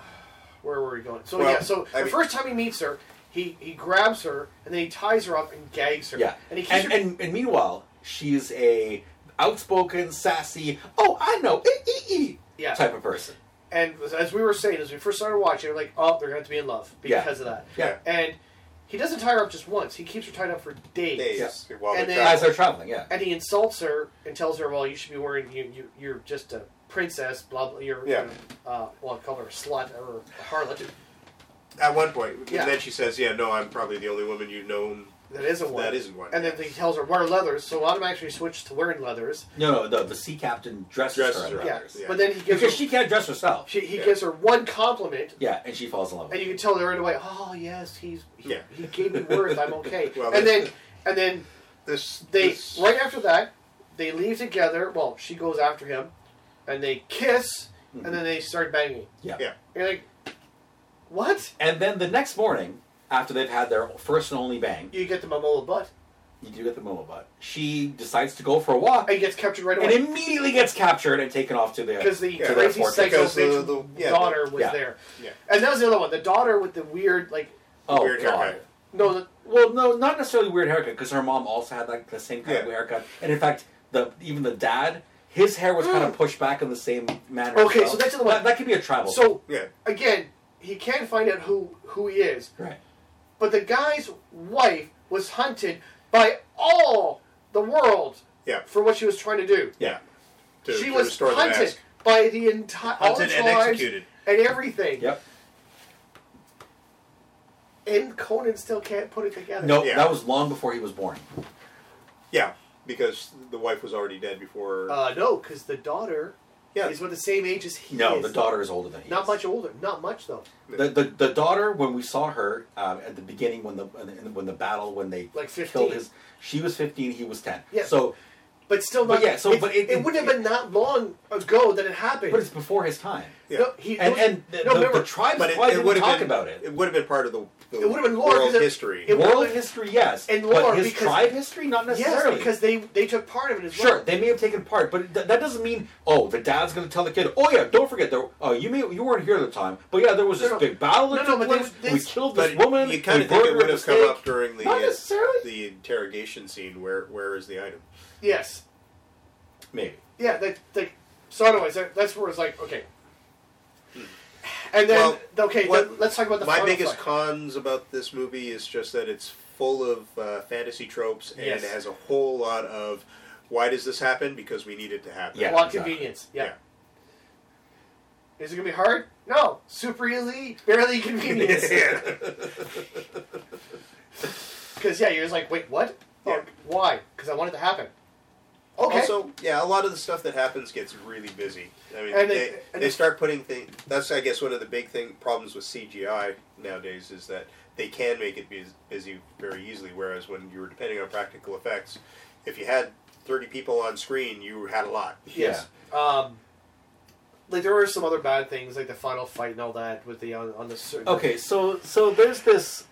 Speaker 2: where were we going? So
Speaker 3: Well,
Speaker 2: yeah, so
Speaker 3: I
Speaker 2: the
Speaker 3: mean-
Speaker 2: first time he meets her, he he grabs her and then he ties her up and gags her.
Speaker 1: Yeah,
Speaker 2: and he keeps
Speaker 1: and,
Speaker 2: her.
Speaker 1: and and meanwhile, she's a outspoken, sassy. Oh, I know, eh, eh, eh,"
Speaker 2: Yeah.
Speaker 1: type of person.
Speaker 2: And as we were saying, as we first started watching, we we're like, oh, they're going to be in love
Speaker 1: Yeah.
Speaker 2: because of that.
Speaker 1: Yeah.
Speaker 2: And he doesn't tie her up just once; he keeps her tied up for days.
Speaker 3: days while
Speaker 2: And
Speaker 3: they
Speaker 2: then-
Speaker 1: As
Speaker 3: travel.
Speaker 1: they're traveling, yeah,
Speaker 2: And he insults her and tells her, "Well, you should be wearing you, you you're just a princess, blah blah. You're,
Speaker 3: Yeah.
Speaker 2: uh, well, I call her a slut or a harlot.
Speaker 3: At one point,
Speaker 2: Yeah.
Speaker 3: and then she says, "Yeah, no, I'm probably the only woman you've known
Speaker 2: That isn't one.
Speaker 3: that isn't one."
Speaker 2: And then he tells her wear leathers, so automatically switches to wearing leathers.
Speaker 1: no, no, the, the sea captain dresses,
Speaker 3: Dresses
Speaker 1: her,
Speaker 3: her
Speaker 1: in
Speaker 3: up.
Speaker 2: Yeah.
Speaker 1: leathers.
Speaker 3: Yeah.
Speaker 2: But then he gives her,
Speaker 1: because she can't dress herself.
Speaker 2: she- he
Speaker 3: Yeah.
Speaker 2: gives her one compliment,
Speaker 1: yeah, and she falls in love.
Speaker 2: and
Speaker 1: With
Speaker 2: you can tell right away. Oh yes, he's he,
Speaker 3: Yeah.
Speaker 2: he gave me words. I'm okay.
Speaker 3: Well,
Speaker 2: and
Speaker 3: that's-
Speaker 2: then and then
Speaker 3: this
Speaker 2: they
Speaker 3: this-
Speaker 2: right after that they leave together. Well, she goes after him, and they kiss, and then they start banging.
Speaker 1: yeah.
Speaker 3: yeah
Speaker 2: You're like, what?
Speaker 1: and then the next morning, after they've had their first and only bang,
Speaker 2: You get the Momola butt.
Speaker 1: you do get the Momo butt. She decides to go for a walk
Speaker 2: And he gets captured right
Speaker 1: and
Speaker 2: away
Speaker 1: immediately gets captured and taken off to the.
Speaker 2: because the
Speaker 3: Yeah,
Speaker 2: crazy
Speaker 1: because
Speaker 2: psycho
Speaker 3: the-
Speaker 2: bitch
Speaker 3: the- yeah,
Speaker 2: daughter was
Speaker 1: yeah.
Speaker 2: there.
Speaker 3: yeah
Speaker 2: And that was the other one. The daughter with the weird, like,
Speaker 1: Oh
Speaker 3: weird
Speaker 1: God.
Speaker 3: haircut.
Speaker 2: no, the,
Speaker 1: Well, no, not necessarily weird haircut because her mom also had like the same kind of
Speaker 3: Yeah.
Speaker 1: haircut, and in fact, the even the dad, his hair was kind of pushed back in the same manner. as
Speaker 2: Okay,
Speaker 1: well.
Speaker 2: so that's the
Speaker 1: that,
Speaker 2: one.
Speaker 1: That could be a tribal.
Speaker 2: so
Speaker 3: yeah
Speaker 2: again, he can't find out who who he is.
Speaker 1: right,
Speaker 2: But the guy's wife was hunted by all the world
Speaker 3: yeah
Speaker 2: for what she was trying to do.
Speaker 1: yeah,
Speaker 3: to,
Speaker 2: she
Speaker 3: to
Speaker 2: was
Speaker 3: restore the
Speaker 2: hunted
Speaker 3: mask.
Speaker 2: by the entire all the
Speaker 3: Hunted and
Speaker 2: tribes
Speaker 3: executed.
Speaker 2: and everything.
Speaker 1: yep.
Speaker 2: And Conan still can't put it together.
Speaker 1: No,
Speaker 3: Yeah.
Speaker 1: that was long before he was born.
Speaker 3: Yeah, because the wife was already dead before.
Speaker 2: uh, no, because the daughter
Speaker 3: yeah,
Speaker 2: is with the same age as he
Speaker 1: No,
Speaker 2: is.
Speaker 1: the daughter is older than he.
Speaker 2: Not
Speaker 1: is.
Speaker 2: much older. Not much though.
Speaker 1: The, the, the daughter when we saw her um, at the beginning when the when the battle when they
Speaker 2: Like
Speaker 1: killed
Speaker 2: 15.
Speaker 1: his she was fifteen he was ten
Speaker 2: Yeah.
Speaker 1: so
Speaker 2: But still not.
Speaker 1: But yeah, so-
Speaker 2: it,
Speaker 1: but
Speaker 2: it,
Speaker 1: it-
Speaker 2: wouldn't have been that long ago that it happened.
Speaker 1: but it's before his time
Speaker 3: yeah.
Speaker 2: No, he,
Speaker 1: and
Speaker 2: there was-
Speaker 1: and the,
Speaker 2: no,
Speaker 1: the,
Speaker 2: remember,
Speaker 1: the tribes
Speaker 3: but it,
Speaker 1: why
Speaker 3: it
Speaker 1: didn't
Speaker 3: would have
Speaker 1: talk
Speaker 3: been,
Speaker 1: about it
Speaker 3: It would have been part of the, the
Speaker 2: It would have been lore, 'cause
Speaker 3: world
Speaker 2: it-
Speaker 3: history.
Speaker 2: it-
Speaker 1: world
Speaker 2: would've-
Speaker 1: history yes
Speaker 2: and lore,
Speaker 1: but his
Speaker 2: because-
Speaker 1: tribe history not necessarily
Speaker 2: Yes, because they they took part of it as well.
Speaker 1: Sure, they may have taken part, but th- that doesn't mean oh the dad's going to tell the kid oh yeah don't forget there oh you may you weren't here at the time but yeah there was this
Speaker 2: No, no.
Speaker 1: big battle
Speaker 2: No,
Speaker 1: that
Speaker 2: no,
Speaker 1: took
Speaker 2: but
Speaker 1: place
Speaker 2: there's-
Speaker 1: we
Speaker 2: there's-
Speaker 1: killed
Speaker 3: but
Speaker 1: this woman
Speaker 3: you kind
Speaker 1: we
Speaker 3: of think
Speaker 1: burned
Speaker 3: it
Speaker 1: her
Speaker 3: would
Speaker 1: at
Speaker 3: have
Speaker 1: the
Speaker 3: come up
Speaker 1: stake.
Speaker 3: during the
Speaker 1: Not
Speaker 3: uh,
Speaker 1: necessarily.
Speaker 3: the interrogation scene. Where where is the item?
Speaker 2: Yes.
Speaker 1: maybe
Speaker 2: Yeah. They, they, so, anyways, that, that's where it's like okay. And then
Speaker 3: Hmm. Well,
Speaker 2: okay,
Speaker 3: what-
Speaker 2: let- let's talk about the
Speaker 3: My
Speaker 2: final
Speaker 3: biggest
Speaker 2: fight.
Speaker 3: cons about this movie is just that it's full of uh, fantasy tropes and
Speaker 2: Yes.
Speaker 3: it has a whole lot of why does this happen because we need it to happen.
Speaker 1: Yeah,
Speaker 2: want
Speaker 1: exactly.
Speaker 2: convenience. Yeah. Is it gonna be hard? No. Super easy, barely convenient.
Speaker 3: yeah.
Speaker 2: Because yeah, you're just like, wait, what? Oh,
Speaker 3: Yeah.
Speaker 2: Why? Because I want it to happen. Okay.
Speaker 3: Also, yeah, a lot of the stuff that happens gets really busy. I mean,
Speaker 2: And
Speaker 3: they,
Speaker 2: it-
Speaker 3: they,
Speaker 2: and it-
Speaker 3: start putting things. That's I guess one of the big thing problems with CGI nowadays is that they can make it bus- busy very easily. Whereas when you were depending on practical effects, if you had thirty people on screen, you had a lot.
Speaker 2: Yes. Um, like there were some other bad things, like the final fight and all that with the uh, on, on the certain.
Speaker 1: Okay, so so there's this.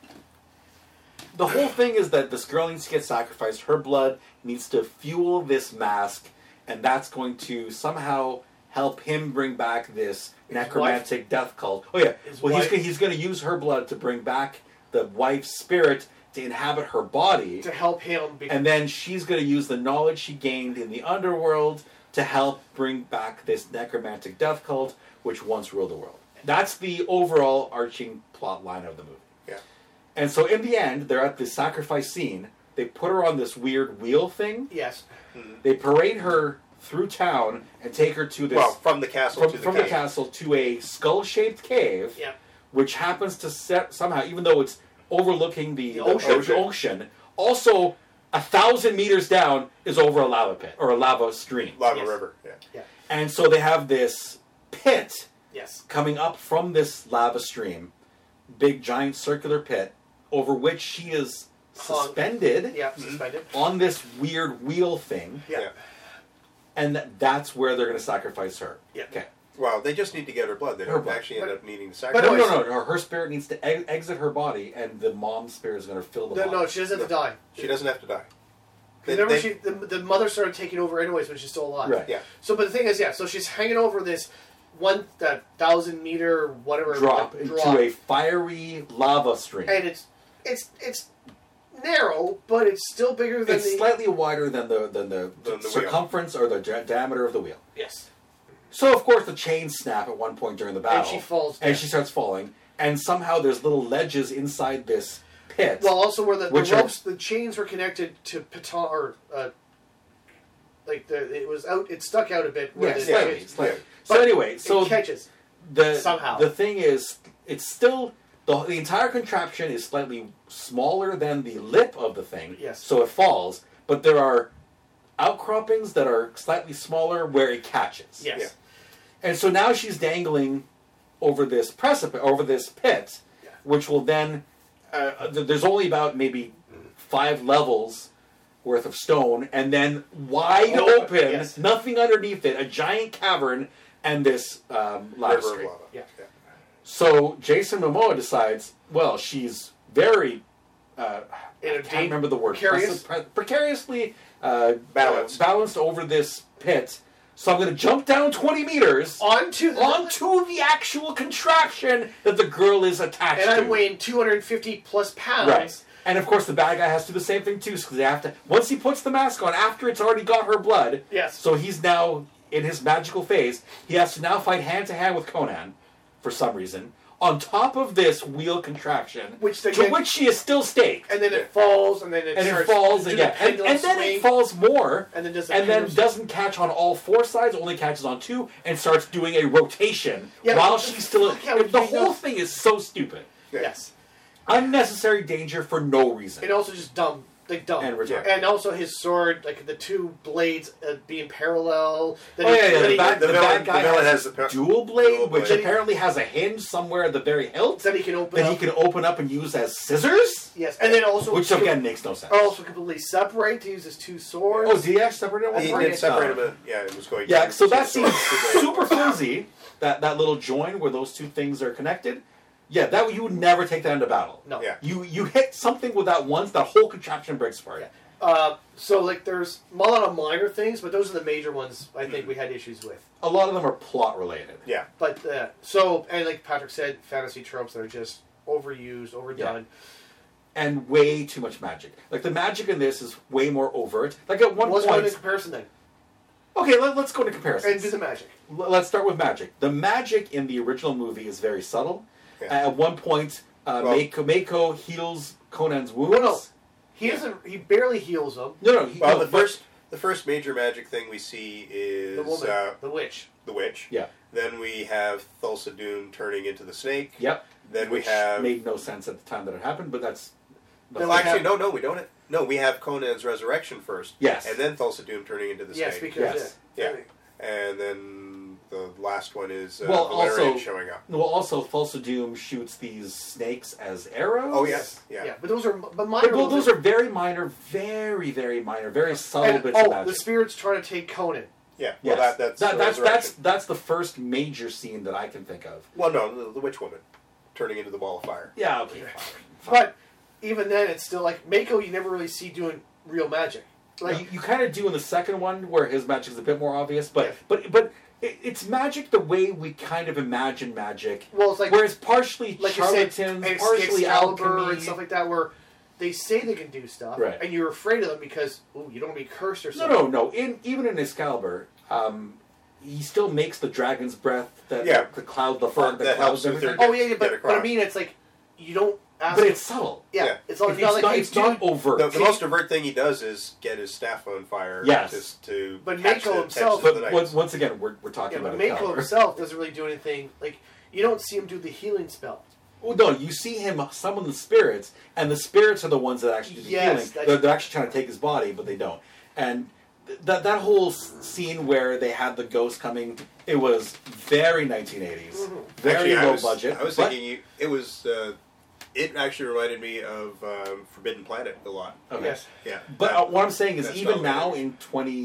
Speaker 1: The whole thing is that this girl needs to get sacrificed. Her blood needs to fuel this mask, and that's going to somehow help him bring back this necromantic death cult. Oh yeah,
Speaker 2: His
Speaker 1: well he's
Speaker 2: wife.
Speaker 1: gonna, he's going to use her blood to bring back the wife's spirit to inhabit her body,
Speaker 2: To help him, be-
Speaker 1: and then she's going to use the knowledge she gained in the underworld to help bring back this necromantic death cult which once ruled the world. That's the overall arching plot line of the movie.
Speaker 3: Yeah.
Speaker 1: And so in the end, they're at the sacrifice scene. They put her on this weird wheel thing.
Speaker 2: yes,
Speaker 1: They parade her through town and take her to this
Speaker 3: Well, from the castle
Speaker 1: from,
Speaker 3: to the
Speaker 1: from the
Speaker 3: cave.
Speaker 1: castle to a skull-shaped cave
Speaker 2: yeah,
Speaker 1: which happens to set somehow, even though it's overlooking the,
Speaker 2: The
Speaker 1: ocean.
Speaker 2: ocean.
Speaker 1: ocean, also a thousand meters down is over a lava pit or a lava stream.
Speaker 3: Lava
Speaker 2: Yes.
Speaker 3: River. Yeah.
Speaker 2: yeah,
Speaker 1: And so they have this pit
Speaker 2: yes,
Speaker 1: coming up from this lava stream, big giant circular pit, over which she is
Speaker 2: Hung.
Speaker 1: suspended
Speaker 2: yeah, suspended,
Speaker 1: on this weird wheel thing,
Speaker 2: yeah.
Speaker 1: and th- that's where they're going to sacrifice her.
Speaker 2: Yeah.
Speaker 1: Okay.
Speaker 3: Well, they just need to get her blood. They
Speaker 1: Her
Speaker 3: don't
Speaker 1: blood.
Speaker 3: actually end
Speaker 2: But-
Speaker 3: up needing to
Speaker 1: No,
Speaker 2: But
Speaker 3: sacrifice.
Speaker 1: no,
Speaker 2: anyways-
Speaker 1: no, no. Her spirit needs to e- exit her body, and the mom's spirit is going to fill the
Speaker 2: No,
Speaker 1: body.
Speaker 2: no, she doesn't have to die.
Speaker 3: She doesn't have to die. They-
Speaker 2: Remember,
Speaker 3: they-
Speaker 2: she the, the mother started taking over anyways when she's still alive.
Speaker 1: Right.
Speaker 3: yeah.
Speaker 2: So, but the thing is, yeah. So she's hanging over this one that thousand meter whatever
Speaker 1: drop
Speaker 2: like,
Speaker 1: into
Speaker 2: drop.
Speaker 1: a fiery lava stream.
Speaker 2: and it's it's it's narrow, but it's still bigger than
Speaker 1: It's
Speaker 2: the
Speaker 1: slightly wider than the than the,
Speaker 3: Than the
Speaker 1: circumference or the ja- diameter of the wheel.
Speaker 2: yes.
Speaker 1: So of course the chains snap at one point during the battle,
Speaker 2: And she falls down.
Speaker 1: and she starts falling, and somehow there's little ledges inside this pit.
Speaker 2: Well, also where the, the
Speaker 1: Which are-
Speaker 2: ropes, the chains were connected to Patan or uh, like the it was out, it stuck out a bit. Where
Speaker 1: yeah,
Speaker 2: the,
Speaker 1: slightly,
Speaker 2: it,
Speaker 1: slightly.
Speaker 3: yeah.
Speaker 1: So
Speaker 2: But
Speaker 1: anyway, so
Speaker 2: it catches.
Speaker 1: the
Speaker 2: Somehow.
Speaker 1: the thing is it's still the, the entire contraption is slightly smaller than the lip of the thing
Speaker 2: Yes.
Speaker 1: so it falls but there are outcroppings that are slightly smaller where it catches
Speaker 2: Yes.
Speaker 3: Yeah.
Speaker 1: and so now she's dangling over this precipice over this pit
Speaker 2: Yeah.
Speaker 1: which will then uh, th- there's only about maybe five levels worth of stone and then wide
Speaker 2: Open,
Speaker 1: open
Speaker 2: Oh, yes.
Speaker 1: nothing underneath it a giant cavern and this um, lava
Speaker 3: River of
Speaker 1: stream
Speaker 3: lava.
Speaker 2: Yeah.
Speaker 1: so Jason Momoa decides, well, she's very, uh,
Speaker 2: In
Speaker 1: I
Speaker 2: a
Speaker 1: can't
Speaker 2: deep-
Speaker 1: remember the word,
Speaker 2: precarious?
Speaker 1: Pre- precariously uh,
Speaker 3: Balanced.
Speaker 1: uh, balanced over this pit. So I'm going to jump down 20 meters
Speaker 2: Onto the,
Speaker 1: onto the actual contraption that the girl is attached
Speaker 2: and
Speaker 1: to.
Speaker 2: I'm weighing 250 plus pounds.
Speaker 1: Right. And of course, the bad guy has to do the same thing too, because they have to. Once he puts the mask on, after it's already got her blood.
Speaker 2: Yes.
Speaker 1: So he's now in his magical phase. He has to now fight hand to hand with Conan, for some reason, on top of this wheel contraption,
Speaker 2: Which they
Speaker 1: to
Speaker 2: get-
Speaker 1: which she is still staked,
Speaker 2: And then it falls, and then it
Speaker 1: and it
Speaker 2: starts
Speaker 1: falls
Speaker 2: to do
Speaker 1: again,
Speaker 2: the
Speaker 1: and,
Speaker 2: pendulum
Speaker 1: and then
Speaker 2: swing,
Speaker 1: it falls more,
Speaker 2: and then does the
Speaker 1: and then
Speaker 2: pendulum-
Speaker 1: doesn't catch on all four sides, only catches on two, and starts doing a rotation
Speaker 2: Yeah,
Speaker 1: while
Speaker 2: but-
Speaker 1: she's still.
Speaker 2: yeah, but
Speaker 1: the
Speaker 2: you know-
Speaker 1: whole thing is so stupid.
Speaker 3: Yeah.
Speaker 2: Yes,
Speaker 1: Unnecessary danger for no reason.
Speaker 2: and also just dumb, like dumb.
Speaker 1: And retarded.
Speaker 2: And also his sword, like the two blades uh, being parallel. That
Speaker 1: Oh
Speaker 2: he-
Speaker 1: yeah, yeah.
Speaker 2: that
Speaker 1: The,
Speaker 2: he-
Speaker 1: bad,
Speaker 3: the
Speaker 1: the bad
Speaker 3: villain-
Speaker 1: guy
Speaker 3: the villain
Speaker 1: has,
Speaker 3: has the
Speaker 1: a
Speaker 3: pa-
Speaker 1: dual blade,
Speaker 3: dual
Speaker 1: which
Speaker 3: blade.
Speaker 1: apparently has a hinge somewhere at the very hilt
Speaker 2: that he can open.
Speaker 1: that
Speaker 2: up.
Speaker 1: he can open up and use as scissors,
Speaker 2: Yes, and then also
Speaker 1: which again makes no sense.
Speaker 2: are also completely separate to use his two swords.
Speaker 1: oh, is he actually separated
Speaker 3: He
Speaker 1: one?
Speaker 2: Right.
Speaker 3: did separate him. in- Yeah, it was going.
Speaker 1: Yeah, so that
Speaker 3: that's
Speaker 1: seems super flimsy. That that little join where those two things are connected. Yeah, that you would never take that into battle.
Speaker 2: no.
Speaker 3: yeah.
Speaker 1: You you hit something with that once, that whole contraption breaks apart.
Speaker 2: Uh, so like, there's a lot of minor things, but those are the major ones I
Speaker 1: Mm.
Speaker 2: think we had issues with.
Speaker 1: A lot of them are plot related.
Speaker 3: Yeah.
Speaker 2: But uh, so and like Patrick said, fantasy tropes that are just overused, overdone.
Speaker 1: And way too much magic. Like the magic in this is way more overt. Like at one
Speaker 2: Let's go to
Speaker 1: point,
Speaker 2: the comparison then
Speaker 1: Okay, let, us go to comparisons.
Speaker 2: and do the magic.
Speaker 1: L- let's start with magic. The magic in the original movie is very subtle.
Speaker 3: Yeah.
Speaker 1: Uh, at one point, uh,
Speaker 3: Well-
Speaker 1: Mako, Mako heals Conan's wounds.
Speaker 2: Well, no, he doesn't. He barely heals them.
Speaker 1: no, no, he-
Speaker 3: Well,
Speaker 1: no,
Speaker 3: the first the first major magic thing we see is
Speaker 2: The woman,
Speaker 3: uh,
Speaker 2: the witch.
Speaker 3: the witch.
Speaker 1: Yeah.
Speaker 3: Then we have Thulsa Doom turning into the snake.
Speaker 1: Yep.
Speaker 3: Then we
Speaker 1: Which
Speaker 3: have.
Speaker 1: made no sense at the time that it happened, but that's. that's
Speaker 2: Then
Speaker 3: Well,
Speaker 2: we
Speaker 3: actually,
Speaker 2: have-
Speaker 3: no, no, we don't. No, we have Conan's resurrection first.
Speaker 1: Yes.
Speaker 3: And then Thulsa Doom turning into the
Speaker 2: Yes,
Speaker 3: snake.
Speaker 2: because
Speaker 1: Yes.
Speaker 2: yeah.
Speaker 3: Yeah. And then the last one is uh,
Speaker 1: Well,
Speaker 3: Valerian
Speaker 1: also-
Speaker 3: showing up.
Speaker 1: well, also, Falsa Doom shoots these snakes as arrows.
Speaker 3: Oh yes,
Speaker 2: yeah,
Speaker 3: yeah.
Speaker 2: But those are but minor.
Speaker 1: But, well,
Speaker 2: ones
Speaker 1: those are very minor, very, very minor, very subtle
Speaker 2: and,
Speaker 1: bits of
Speaker 2: oh,
Speaker 1: magic.
Speaker 2: the spirit's trying to take Conan.
Speaker 3: Yeah,
Speaker 1: Yes.
Speaker 3: well, that, that's
Speaker 1: That- that's,
Speaker 3: the
Speaker 1: that's,
Speaker 3: resurrection.
Speaker 1: that's the first major scene that I can think of.
Speaker 3: Well, no, the, the witch woman turning into the ball of fire.
Speaker 1: Yeah, okay.
Speaker 2: But even then, it's still like Mako. You never really see doing real magic. Like
Speaker 1: Like, you, you kind of do in the second one where his magic is a bit more obvious, but
Speaker 2: Yeah.
Speaker 1: but but it, it's magic the way we kind of imagine magic.
Speaker 2: Well, it's like-
Speaker 1: where it's partially
Speaker 2: like you said,
Speaker 1: charlatans,
Speaker 2: Ex-
Speaker 1: partially
Speaker 2: Excalibur
Speaker 1: alchemy
Speaker 2: and stuff like that, where they say they can do stuff,
Speaker 1: Right.
Speaker 2: and you're afraid of them because ooh, you don't want to be cursed or
Speaker 1: No,
Speaker 2: something.
Speaker 1: no, no. In even in Excalibur, um, he still makes the dragon's breath that
Speaker 3: Yeah.
Speaker 1: the cloud, the fog, the
Speaker 3: That
Speaker 1: clouds,
Speaker 3: helps with
Speaker 1: everything. Oh,
Speaker 3: their-
Speaker 2: Oh yeah, yeah
Speaker 3: Get
Speaker 2: but,
Speaker 3: across.
Speaker 2: but I mean, it's like you don't ask.
Speaker 1: but it's subtle.
Speaker 2: yeah,
Speaker 3: yeah.
Speaker 2: it's all
Speaker 1: It's
Speaker 2: it's not
Speaker 1: not-
Speaker 2: Oh, like
Speaker 1: it's
Speaker 2: hey,
Speaker 1: not
Speaker 2: dude,
Speaker 1: overt.
Speaker 3: The, the most overt thing he does is get his staff on fire.
Speaker 1: Yes.
Speaker 3: Just to
Speaker 2: But
Speaker 3: catch
Speaker 2: Mako
Speaker 3: the
Speaker 2: himself-
Speaker 3: attention of
Speaker 1: but
Speaker 3: the
Speaker 1: once,
Speaker 3: knights.
Speaker 1: once again, we're, we're talking
Speaker 2: Yeah, but
Speaker 1: about
Speaker 2: Mako
Speaker 1: Excalibur.
Speaker 2: himself doesn't really do anything. Like you don't see him do the healing spell.
Speaker 1: Well, no, you see him summon the spirits, and the spirits are the ones that actually do the
Speaker 2: Yes,
Speaker 1: healing.
Speaker 2: that's-
Speaker 1: They're, they're actually trying to take his body, but they don't. And th- that that whole s- scene where they had the ghost coming, it was very 1980s, very
Speaker 2: Mm-hmm.
Speaker 3: Actually, I
Speaker 1: low
Speaker 3: was-
Speaker 1: budget.
Speaker 3: I was
Speaker 1: but-
Speaker 3: thinking you, it was. Uh, it actually reminded me of um, Forbidden Planet a lot.
Speaker 1: okay.
Speaker 2: Yes.
Speaker 3: Yeah.
Speaker 1: Oh. But
Speaker 3: that-
Speaker 1: uh, what I'm saying is,
Speaker 3: that's
Speaker 1: even
Speaker 3: not
Speaker 1: now
Speaker 3: really-
Speaker 1: in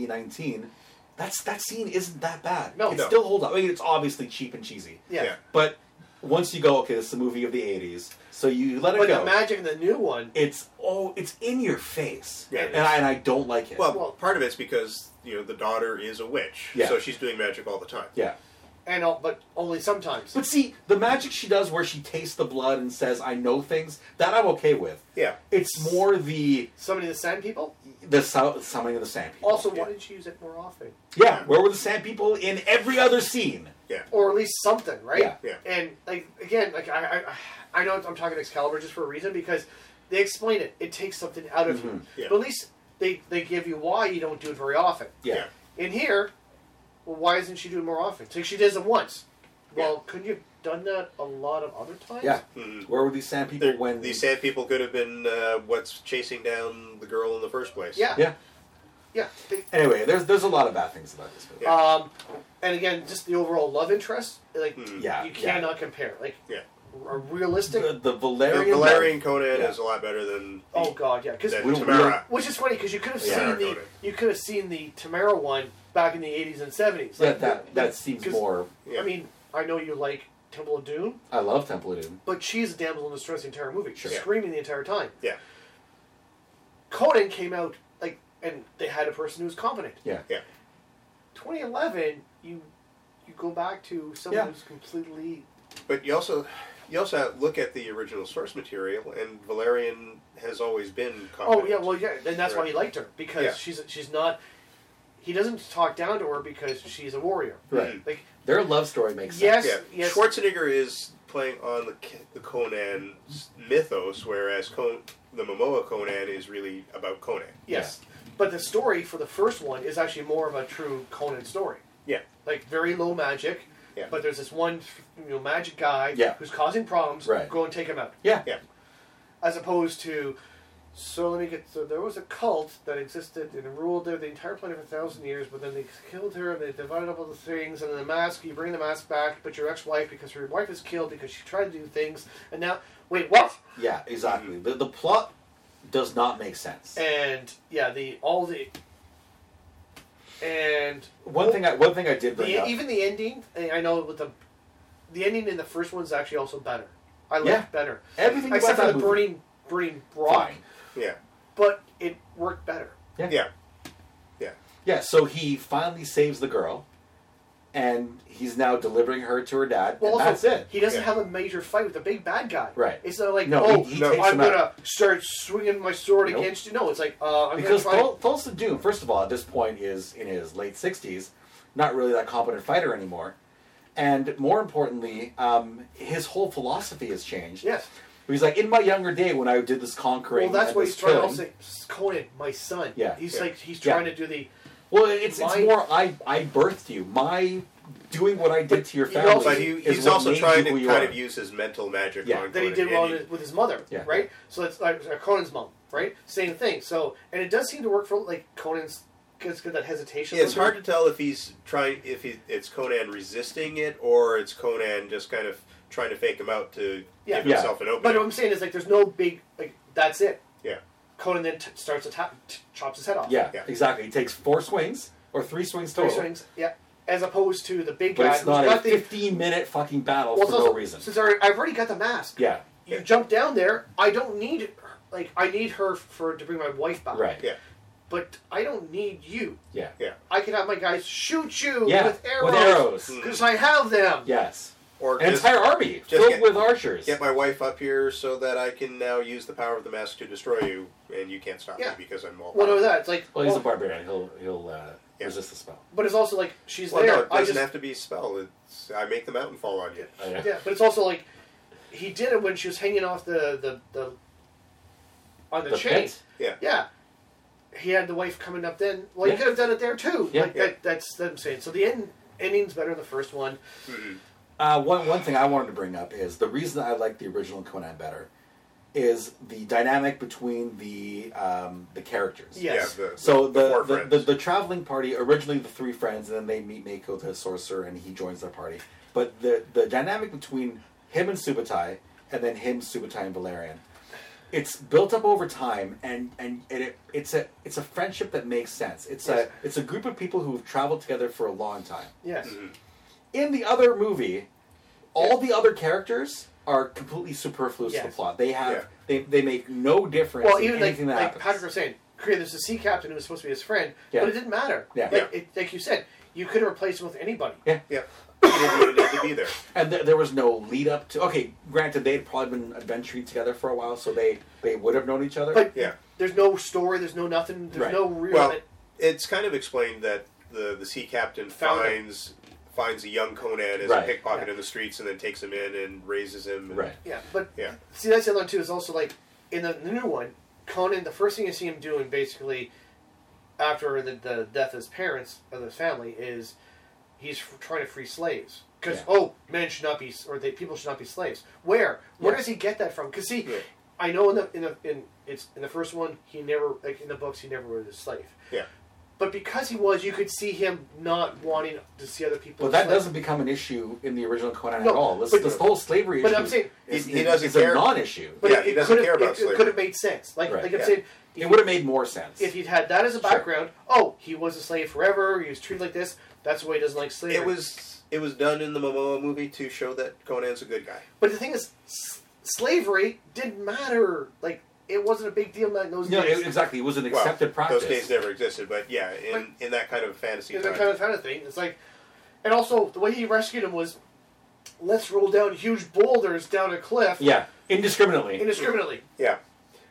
Speaker 1: 2019, that's that scene isn't that bad.
Speaker 2: No.
Speaker 1: it
Speaker 3: No.
Speaker 1: still holds up. I mean, it's obviously cheap and cheesy,
Speaker 2: Yeah.
Speaker 3: Yeah.
Speaker 1: but once you go, okay, this is a movie of the 80s, so you let it
Speaker 2: But
Speaker 1: go.
Speaker 2: the magic in the new one,
Speaker 1: it's oh, it's in your face,
Speaker 3: Yeah, it
Speaker 1: and
Speaker 3: is.
Speaker 1: I and I don't like it.
Speaker 3: Well,
Speaker 2: Well-
Speaker 3: part of it's because you know the daughter is a witch,
Speaker 1: Yeah.
Speaker 3: so she's doing magic all the time.
Speaker 1: Yeah.
Speaker 2: and all, but only sometimes.
Speaker 1: But see, the magic she does where she tastes the blood and says, I know things, that I'm okay with.
Speaker 3: Yeah.
Speaker 1: It's more the
Speaker 2: Somebody the sand people.
Speaker 1: the sou- summoning of the sand people.
Speaker 2: Also,
Speaker 3: Yeah.
Speaker 2: why didn't you use it more often,
Speaker 1: yeah, where were the sand people in every other scene?
Speaker 3: Yeah.
Speaker 2: or at least something, right?
Speaker 1: Yeah.
Speaker 3: Yeah.
Speaker 2: And like again, like I, I, I know I'm talking Excalibur just for a reason because they explain it. It takes something out of you,
Speaker 3: Yeah.
Speaker 2: but at least they they give you why you don't do it very often.
Speaker 1: Mm-hmm. Yeah.
Speaker 3: Yeah.
Speaker 2: In here, well, why isn't she doing more often? So she does it once. Well, couldn't you have done that a lot of other times?
Speaker 1: Yeah.
Speaker 3: Mhm.
Speaker 1: Where were these sand people
Speaker 3: They're-
Speaker 1: when
Speaker 3: these sand people could have been uh, what's chasing down the girl in the first place.
Speaker 2: Yeah.
Speaker 1: Yeah.
Speaker 2: Yeah. They-
Speaker 1: Anyway, there's there's a lot of bad things about this movie.
Speaker 3: Yeah.
Speaker 2: Um, and again, just the overall love interest, like
Speaker 3: Mhm.
Speaker 1: Yeah,
Speaker 2: you
Speaker 1: yeah.
Speaker 2: cannot compare. Like
Speaker 3: Yeah.
Speaker 2: a realistic.
Speaker 1: The, the
Speaker 3: The
Speaker 1: Valerian
Speaker 3: Valerian Conan
Speaker 1: Yeah.
Speaker 3: is a lot better than
Speaker 2: Oh God, yeah. Because
Speaker 3: than
Speaker 1: we don't- we
Speaker 3: Tamara.
Speaker 2: which is funny because you could have
Speaker 3: Yeah.
Speaker 2: seen the
Speaker 3: Dakota.
Speaker 2: you could have seen the Tamara one back in the eighties and seventies.
Speaker 1: that, that that seems
Speaker 2: 'cause-
Speaker 1: more
Speaker 3: Yeah.
Speaker 2: I mean, I know you like Temple of Doom,
Speaker 1: I love Temple of Doom.
Speaker 2: but she's a damsel in distress the entire movie. She's
Speaker 1: Sure.
Speaker 2: screaming the entire time.
Speaker 3: yeah,
Speaker 2: Conan came out like, and they had a person who was competent.
Speaker 1: Yeah.
Speaker 3: yeah,
Speaker 2: 2011, you you go back to someone
Speaker 1: Yeah.
Speaker 2: who's completely
Speaker 3: but you also you also have- look at the original source material, and Valerian has always been.
Speaker 2: Oh
Speaker 3: Competent.
Speaker 2: yeah, well yeah, and that's why he liked her because
Speaker 3: Yeah.
Speaker 2: she's she's not. He doesn't talk down to her because she's a warrior.
Speaker 1: Right.
Speaker 2: Like
Speaker 1: Their love story makes
Speaker 2: Yes.
Speaker 1: sense.
Speaker 3: yeah.
Speaker 2: yes.
Speaker 3: Schwarzenegger is playing on the K- the Conan mythos, whereas Con- the Momoa Conan is really about Conan.
Speaker 2: yes, but the story for the first one is actually more of a true Conan story.
Speaker 3: Yeah,
Speaker 2: Like very low magic,
Speaker 3: Yeah.
Speaker 2: but there's this one you know magic guy
Speaker 1: Yeah.
Speaker 2: who's causing problems.
Speaker 1: Right.
Speaker 2: Go and take him out.
Speaker 1: Yeah.
Speaker 3: yeah,
Speaker 2: As opposed to. So let me get. So there was a cult that existed and ruled there the entire planet for a thousand years, but then they killed her and they divided up all the things. And then the mask, you bring the mask back, but your ex-wife, because her wife is killed because she tried to do things, and now wait, what?
Speaker 1: Yeah, exactly. The, the plot does not make sense.
Speaker 2: Mm-hmm. and yeah, the all the and
Speaker 1: one thing I one thing I did bring
Speaker 2: the,
Speaker 1: up.
Speaker 2: even the ending. I I know with the the ending in the first one's actually also better. I like
Speaker 1: Yeah.
Speaker 2: better,
Speaker 1: everything
Speaker 2: except for
Speaker 1: about
Speaker 2: the
Speaker 1: that movie-
Speaker 2: burning burning rock,
Speaker 1: Fine.
Speaker 3: yeah,
Speaker 2: but it worked better.
Speaker 3: yeah,
Speaker 1: Yeah, so he finally saves the girl, and he's now delivering her to her dad,
Speaker 2: Well,
Speaker 1: and
Speaker 2: also,
Speaker 1: that's it.
Speaker 2: He doesn't
Speaker 3: Yeah.
Speaker 2: have a major fight with the big bad guy.
Speaker 1: Right.
Speaker 2: It's not like
Speaker 1: No,
Speaker 2: oh,
Speaker 1: he- he
Speaker 2: no,
Speaker 1: takes
Speaker 2: I'm
Speaker 1: him out.
Speaker 2: gonna start swinging my sword
Speaker 1: Nope.
Speaker 2: against you. No, it's like uh, I'm
Speaker 1: Because
Speaker 2: gonna try.
Speaker 1: Thul- Thulsa Doom, first of all, at this point is in his late 60s, not really that competent fighter anymore. And more importantly, um, his whole philosophy has changed.
Speaker 2: yes.
Speaker 1: He's like, in my younger day when I did this
Speaker 2: Well,
Speaker 1: conquering.
Speaker 2: that's
Speaker 1: and
Speaker 2: what
Speaker 1: this
Speaker 2: he's trying to
Speaker 1: killing-
Speaker 2: say. Conan, my son.
Speaker 1: Yeah.
Speaker 2: He's
Speaker 3: Yeah.
Speaker 2: like he's
Speaker 1: Yeah.
Speaker 2: trying to do the
Speaker 1: Well, it's, it's
Speaker 2: My-
Speaker 1: more I, I birthed you. My doing what I did to your
Speaker 2: He
Speaker 1: family.
Speaker 2: also-
Speaker 3: But he,
Speaker 1: is
Speaker 3: he's
Speaker 1: what
Speaker 3: also
Speaker 1: made
Speaker 3: trying
Speaker 1: you who
Speaker 3: to
Speaker 1: you
Speaker 3: kind
Speaker 1: are.
Speaker 3: of use his mental magic
Speaker 1: Yeah.
Speaker 3: on
Speaker 2: that he
Speaker 3: Conan,
Speaker 2: did
Speaker 3: and
Speaker 2: well
Speaker 3: he-
Speaker 2: with his- with his mother,
Speaker 1: Yeah.
Speaker 2: right? So that's like uh, Conan's mom, right? Same thing. So and it does seem to work for like Conan's because got that hesitation.
Speaker 3: Yeah, it's hard
Speaker 2: sometimes.
Speaker 3: to tell if he's trying if he, it's Conan resisting it or it's Conan just kind of trying to fake him out to
Speaker 2: Yeah.
Speaker 3: give
Speaker 1: Yeah.
Speaker 3: himself an
Speaker 2: But
Speaker 3: opening.
Speaker 2: what I'm saying is like there's no big like that's it.
Speaker 3: yeah,
Speaker 2: Conan then t- starts attack, t- chops his head off.
Speaker 1: Yeah,
Speaker 3: Yeah.
Speaker 1: exactly. He takes four swings or three swings
Speaker 2: three
Speaker 1: total.
Speaker 2: swings. Yeah, as opposed to the big
Speaker 1: But
Speaker 2: guy
Speaker 1: it's
Speaker 2: who's
Speaker 1: not a
Speaker 2: got the
Speaker 1: 15 minute fucking battle
Speaker 2: Well, it's
Speaker 1: for no
Speaker 2: also-
Speaker 1: reason.
Speaker 2: Since I, I've already got the mask.
Speaker 1: Yeah,
Speaker 2: You
Speaker 3: Yeah.
Speaker 2: jump down there. I don't need her- like I need her for to bring my wife back.
Speaker 1: right.
Speaker 3: yeah,
Speaker 2: But I don't need you.
Speaker 1: Yeah.
Speaker 3: yeah.
Speaker 2: I can have my guys shoot you
Speaker 1: Yeah,
Speaker 2: with arrows.
Speaker 3: Mm.
Speaker 2: Because I have them.
Speaker 1: Yes.
Speaker 3: Or
Speaker 1: An
Speaker 3: just
Speaker 1: entire army
Speaker 3: just
Speaker 1: filled
Speaker 3: get-
Speaker 1: with archers.
Speaker 3: get my wife up here so that I can now use the power of the mask to destroy you, and you can't stop
Speaker 2: Yeah.
Speaker 3: me because I'm all.
Speaker 2: Well, no, that it's like.
Speaker 1: well, he's
Speaker 2: well,
Speaker 1: a barbarian. He'll he'll uh,
Speaker 3: Yeah.
Speaker 1: resist the spell.
Speaker 2: but it's also like she's
Speaker 3: Well,
Speaker 2: there.
Speaker 3: no, it
Speaker 2: I
Speaker 3: doesn't
Speaker 2: just
Speaker 3: have to be a spell. It's I make the mountain fall on you.
Speaker 1: Oh, yeah.
Speaker 2: yeah. But it's also like he did it when she was hanging off the the, the on the,
Speaker 1: The
Speaker 2: chain.
Speaker 1: pit?
Speaker 3: Yeah,
Speaker 2: Yeah. He had the wife coming up then. Well,
Speaker 1: Yeah.
Speaker 2: you could have done it there too.
Speaker 1: Yeah.
Speaker 2: Like That, that's that I'm saying. So the end ending's better in the first one.
Speaker 1: Uh, one one thing I wanted to bring up is the reason I like the original Conan better is the dynamic between the um, the characters.
Speaker 2: Yeah. Yes.
Speaker 3: yeah. The,
Speaker 1: So
Speaker 3: the
Speaker 1: the
Speaker 3: four
Speaker 1: the,
Speaker 3: friends.
Speaker 1: the the traveling party originally the three friends, and then they meet Mako the sorcerer, and he joins their party. But the the dynamic between him and Subutai, and then him Subutai and Valerian, it's built up over time, and and, and it, it's a it's a friendship that makes sense. It's
Speaker 2: Yes.
Speaker 1: a it's a group of people who've traveled together for a long time.
Speaker 2: Yes.
Speaker 3: Mm-hmm.
Speaker 1: In the other movie, all the other characters are completely superfluous to the
Speaker 2: Yes.
Speaker 1: plot. They have
Speaker 3: Yeah.
Speaker 1: they, they make no difference.
Speaker 2: Well,
Speaker 1: in
Speaker 2: even like,
Speaker 1: anything that
Speaker 2: like
Speaker 1: happens.
Speaker 2: Patrick was saying, Korea, there's a sea captain who was supposed to be his friend,
Speaker 1: Yeah.
Speaker 2: but it didn't matter.
Speaker 1: Yeah.
Speaker 2: Like, It, like you said, you could have replaced him with anybody.
Speaker 1: Yeah.
Speaker 3: yeah. he didn't even need to be there.
Speaker 1: And there, there was no lead up to. Okay, granted, they'd probably been adventuring together for a while, so they they would have known each other.
Speaker 2: But
Speaker 3: Yeah.
Speaker 2: there's no story. There's no nothing. There's
Speaker 1: Right.
Speaker 2: no real.
Speaker 3: Well, it's kind of explained that the the sea captain
Speaker 2: Found him.
Speaker 3: finds finds a young Conan as
Speaker 1: Right.
Speaker 3: a pickpocket
Speaker 2: Yeah.
Speaker 3: in the streets and then takes him in and raises him. And,
Speaker 1: right.
Speaker 2: yeah, but
Speaker 3: Yeah.
Speaker 2: see that's the other one too. Is also like in the, the new one, Conan. The first thing you see him doing basically after the, the death of his parents of his family is he's f- trying to free slaves. Because
Speaker 1: Yeah.
Speaker 2: oh, men should not be or they people should not be slaves. Where where
Speaker 1: Yeah.
Speaker 2: does he get that from? Because see,
Speaker 3: Yeah.
Speaker 2: I know in the in the in it's in the first one he never like in the books he never was a slave.
Speaker 3: Yeah.
Speaker 2: But because he was, you could see him not wanting to see other people.
Speaker 1: But
Speaker 2: as
Speaker 1: that
Speaker 2: slaves.
Speaker 1: doesn't become an issue in the original Conan
Speaker 2: No,
Speaker 1: at all. This,
Speaker 2: but-
Speaker 1: this whole slavery
Speaker 2: but
Speaker 1: issue
Speaker 2: I'm saying-
Speaker 1: is,
Speaker 3: He- he
Speaker 1: is-
Speaker 3: doesn't
Speaker 1: is a
Speaker 3: care.
Speaker 1: non-issue.
Speaker 2: But
Speaker 3: Yeah,
Speaker 2: it,
Speaker 3: he
Speaker 2: it
Speaker 3: doesn't
Speaker 2: could've-
Speaker 3: care about
Speaker 2: it,
Speaker 3: slavery.
Speaker 2: could have made sense. Like,
Speaker 1: Right,
Speaker 2: like I'm
Speaker 3: yeah.
Speaker 2: saying,
Speaker 1: it would have made more sense.
Speaker 2: if he'd had that as a
Speaker 1: Sure.
Speaker 2: background, oh, he was a slave forever. He was treated like this. That's why he doesn't like slavery.
Speaker 3: It was it was done in the Momoa movie to show that Conan's a good guy.
Speaker 2: but the thing is, s- slavery didn't matter. Like, it wasn't a big deal in those
Speaker 1: no,
Speaker 2: days.
Speaker 1: it- exactly. It was an
Speaker 3: Well,
Speaker 1: accepted practice.
Speaker 3: Those days never existed, but yeah, in, in that kind of fantasy
Speaker 2: It's
Speaker 3: time.
Speaker 2: that kind of kind of thing. It's like, and also the way he rescued him was, let's roll down huge boulders down a cliff.
Speaker 1: yeah, indiscriminately.
Speaker 2: Indiscriminately,
Speaker 3: yeah,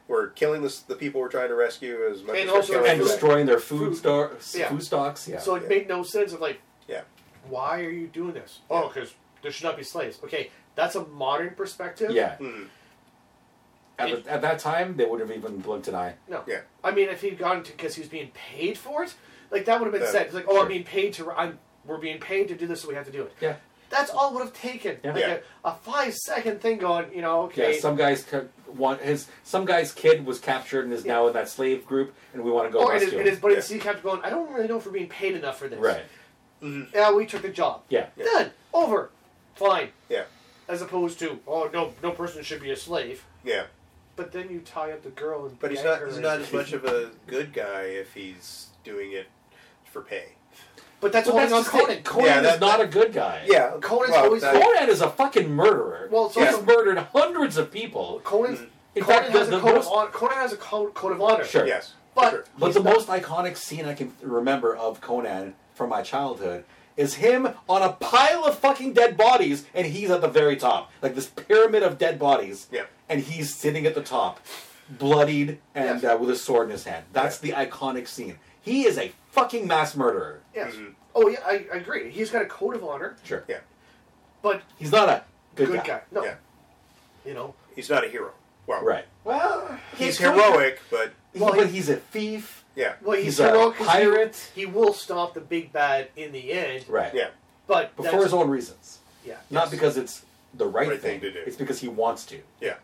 Speaker 3: we're killing the, s- the people we're trying to rescue as much
Speaker 2: And
Speaker 3: as
Speaker 2: also-
Speaker 3: we're killing
Speaker 1: and
Speaker 3: the-
Speaker 1: destroying their food,
Speaker 2: Food.
Speaker 1: stocks.
Speaker 2: Yeah.
Speaker 1: Food stocks. Yeah.
Speaker 2: so it
Speaker 3: Yeah.
Speaker 2: made no sense. Of like,
Speaker 3: Yeah,
Speaker 2: why are you doing this? Oh, because there should not be slaves. Okay, that's a modern perspective.
Speaker 1: yeah.
Speaker 2: mm-hmm.
Speaker 3: Mm.
Speaker 1: At, the, at that time, they would have even blinked an eye.
Speaker 2: No.
Speaker 3: Yeah.
Speaker 2: I mean, if he'd gone to because he was being paid for it, like that would have been
Speaker 3: Yeah.
Speaker 2: said. It's like, oh,
Speaker 1: Sure.
Speaker 2: I'm being paid to. I'm we're being paid to do this, so we have to do it.
Speaker 1: Yeah.
Speaker 2: That's all would have taken.
Speaker 1: Yeah.
Speaker 2: Like
Speaker 3: Yeah.
Speaker 2: A, a five second thing going. You know. Okay.
Speaker 1: Yeah, some guys could want his some guy's kid was captured and is now in that slave group, and we want to go
Speaker 2: or it is,
Speaker 1: rescue
Speaker 2: it is,
Speaker 1: him.
Speaker 2: but
Speaker 3: Yeah.
Speaker 2: it's sea captain going. I don't really know if we're being paid enough for this.
Speaker 1: Right.
Speaker 2: Yeah, we took the job.
Speaker 1: Yeah.
Speaker 3: Yeah.
Speaker 2: Done. Over. Fine.
Speaker 3: yeah,
Speaker 2: As opposed to, oh no, no person should be a slave.
Speaker 3: yeah.
Speaker 2: But then you tie up the girl and.
Speaker 3: But he's
Speaker 2: gag
Speaker 3: not
Speaker 2: her
Speaker 3: he's
Speaker 2: and-
Speaker 3: not as much of a good guy if he's doing it for pay.
Speaker 2: But that's
Speaker 1: But
Speaker 2: all
Speaker 1: that's
Speaker 2: on
Speaker 1: just Conan.
Speaker 2: Conan.
Speaker 1: Conan
Speaker 3: Yeah,
Speaker 1: is
Speaker 3: that-
Speaker 1: not a good guy.
Speaker 3: Yeah,
Speaker 2: Conan's
Speaker 3: well,
Speaker 2: always
Speaker 3: that-
Speaker 1: Conan is a fucking murderer.
Speaker 2: Well, it's
Speaker 1: he's
Speaker 2: also-
Speaker 1: murdered hundreds of people.
Speaker 2: Conan's,
Speaker 1: Mm. In
Speaker 2: Conan
Speaker 1: fact, the-
Speaker 2: has
Speaker 1: the
Speaker 2: a code
Speaker 1: most-
Speaker 2: of honor. Conan has a code, code of honor.
Speaker 1: Sure.
Speaker 3: Yes,
Speaker 2: But-
Speaker 3: sure.
Speaker 1: But
Speaker 2: He's
Speaker 1: the
Speaker 2: not-
Speaker 1: most iconic scene I can remember of Conan from my childhood is him on a pile of fucking dead bodies, and he's at the very top, like this pyramid of dead bodies.
Speaker 3: Yeah.
Speaker 1: And he's sitting at the top, bloodied and
Speaker 2: Yes.
Speaker 1: uh, with a sword in his hand. That's the iconic scene. He is a fucking mass murderer.
Speaker 2: Yes. Oh yeah, I, I agree. He's got a code of honor,
Speaker 1: Sure.
Speaker 3: yeah,
Speaker 2: but
Speaker 1: He's not a good,
Speaker 2: good, guy. No,
Speaker 3: yeah.
Speaker 2: you know.
Speaker 3: He's not a hero. Well,
Speaker 1: Right.
Speaker 2: Well,
Speaker 3: He's heroic, but
Speaker 1: He-
Speaker 2: Well,
Speaker 1: but
Speaker 2: he-
Speaker 1: he's a thief.
Speaker 3: yeah,
Speaker 2: Well, he's,
Speaker 1: He's a
Speaker 2: heroic. 'cause he-
Speaker 1: pirate.
Speaker 2: He, will stop the big bad in the end.
Speaker 1: Right.
Speaker 3: yeah,
Speaker 2: But
Speaker 1: But for
Speaker 2: that's-
Speaker 1: his own reasons.
Speaker 2: Yeah.
Speaker 1: Not
Speaker 2: yes.
Speaker 1: because it's the right,
Speaker 3: Right thing
Speaker 1: thing.
Speaker 3: to do.
Speaker 1: It's because he wants to.
Speaker 3: yeah.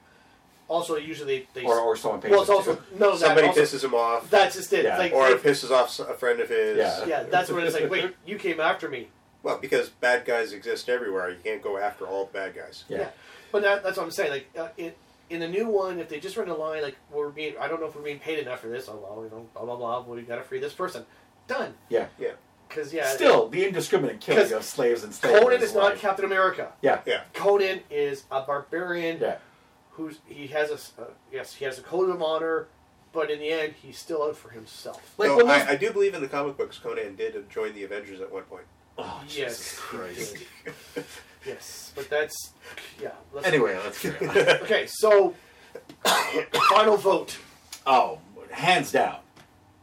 Speaker 2: Also, usually they.
Speaker 1: Or, or someone pays
Speaker 2: well, it's
Speaker 1: him to.
Speaker 2: also no. that
Speaker 3: Somebody
Speaker 2: also-
Speaker 3: pisses him off,
Speaker 2: That's just it.
Speaker 1: Yeah.
Speaker 2: Like,
Speaker 3: or
Speaker 2: it-
Speaker 3: pisses off s- a friend of his.
Speaker 1: Yeah.
Speaker 2: yeah, that's when it's like, wait, you came after me.
Speaker 3: Well, because bad guys exist everywhere, you can't go after all bad guys.
Speaker 1: Yeah.
Speaker 2: But that, that's what I'm saying. Like uh, it, in the new one, if they just run a line like we're being, I don't know if we're being paid enough for this. Oh well, you know, blah blah blah. We gotta free this person. Done.
Speaker 1: Yeah.
Speaker 3: Yeah,
Speaker 2: Because yeah,
Speaker 1: Still, the indiscriminate killing
Speaker 2: 'Cause
Speaker 1: of slaves and slaves.
Speaker 2: Conan is not
Speaker 1: like-
Speaker 2: Captain America.
Speaker 1: Yeah.
Speaker 3: yeah,
Speaker 2: Conan is a barbarian
Speaker 1: Yeah.
Speaker 2: who's he has a s- uh, yes he has a code of honor, but in the end he's still out for himself.
Speaker 1: Like,
Speaker 3: Though
Speaker 1: when those-
Speaker 3: I, I do believe in the comic books, Conan did join the Avengers at one point.
Speaker 1: Oh,
Speaker 2: Yes.
Speaker 1: Jesus Christ.
Speaker 2: Yes, but that's yeah. Let's,
Speaker 1: anyway, let's carry on.
Speaker 2: okay, so final vote.
Speaker 1: Oh, hands down.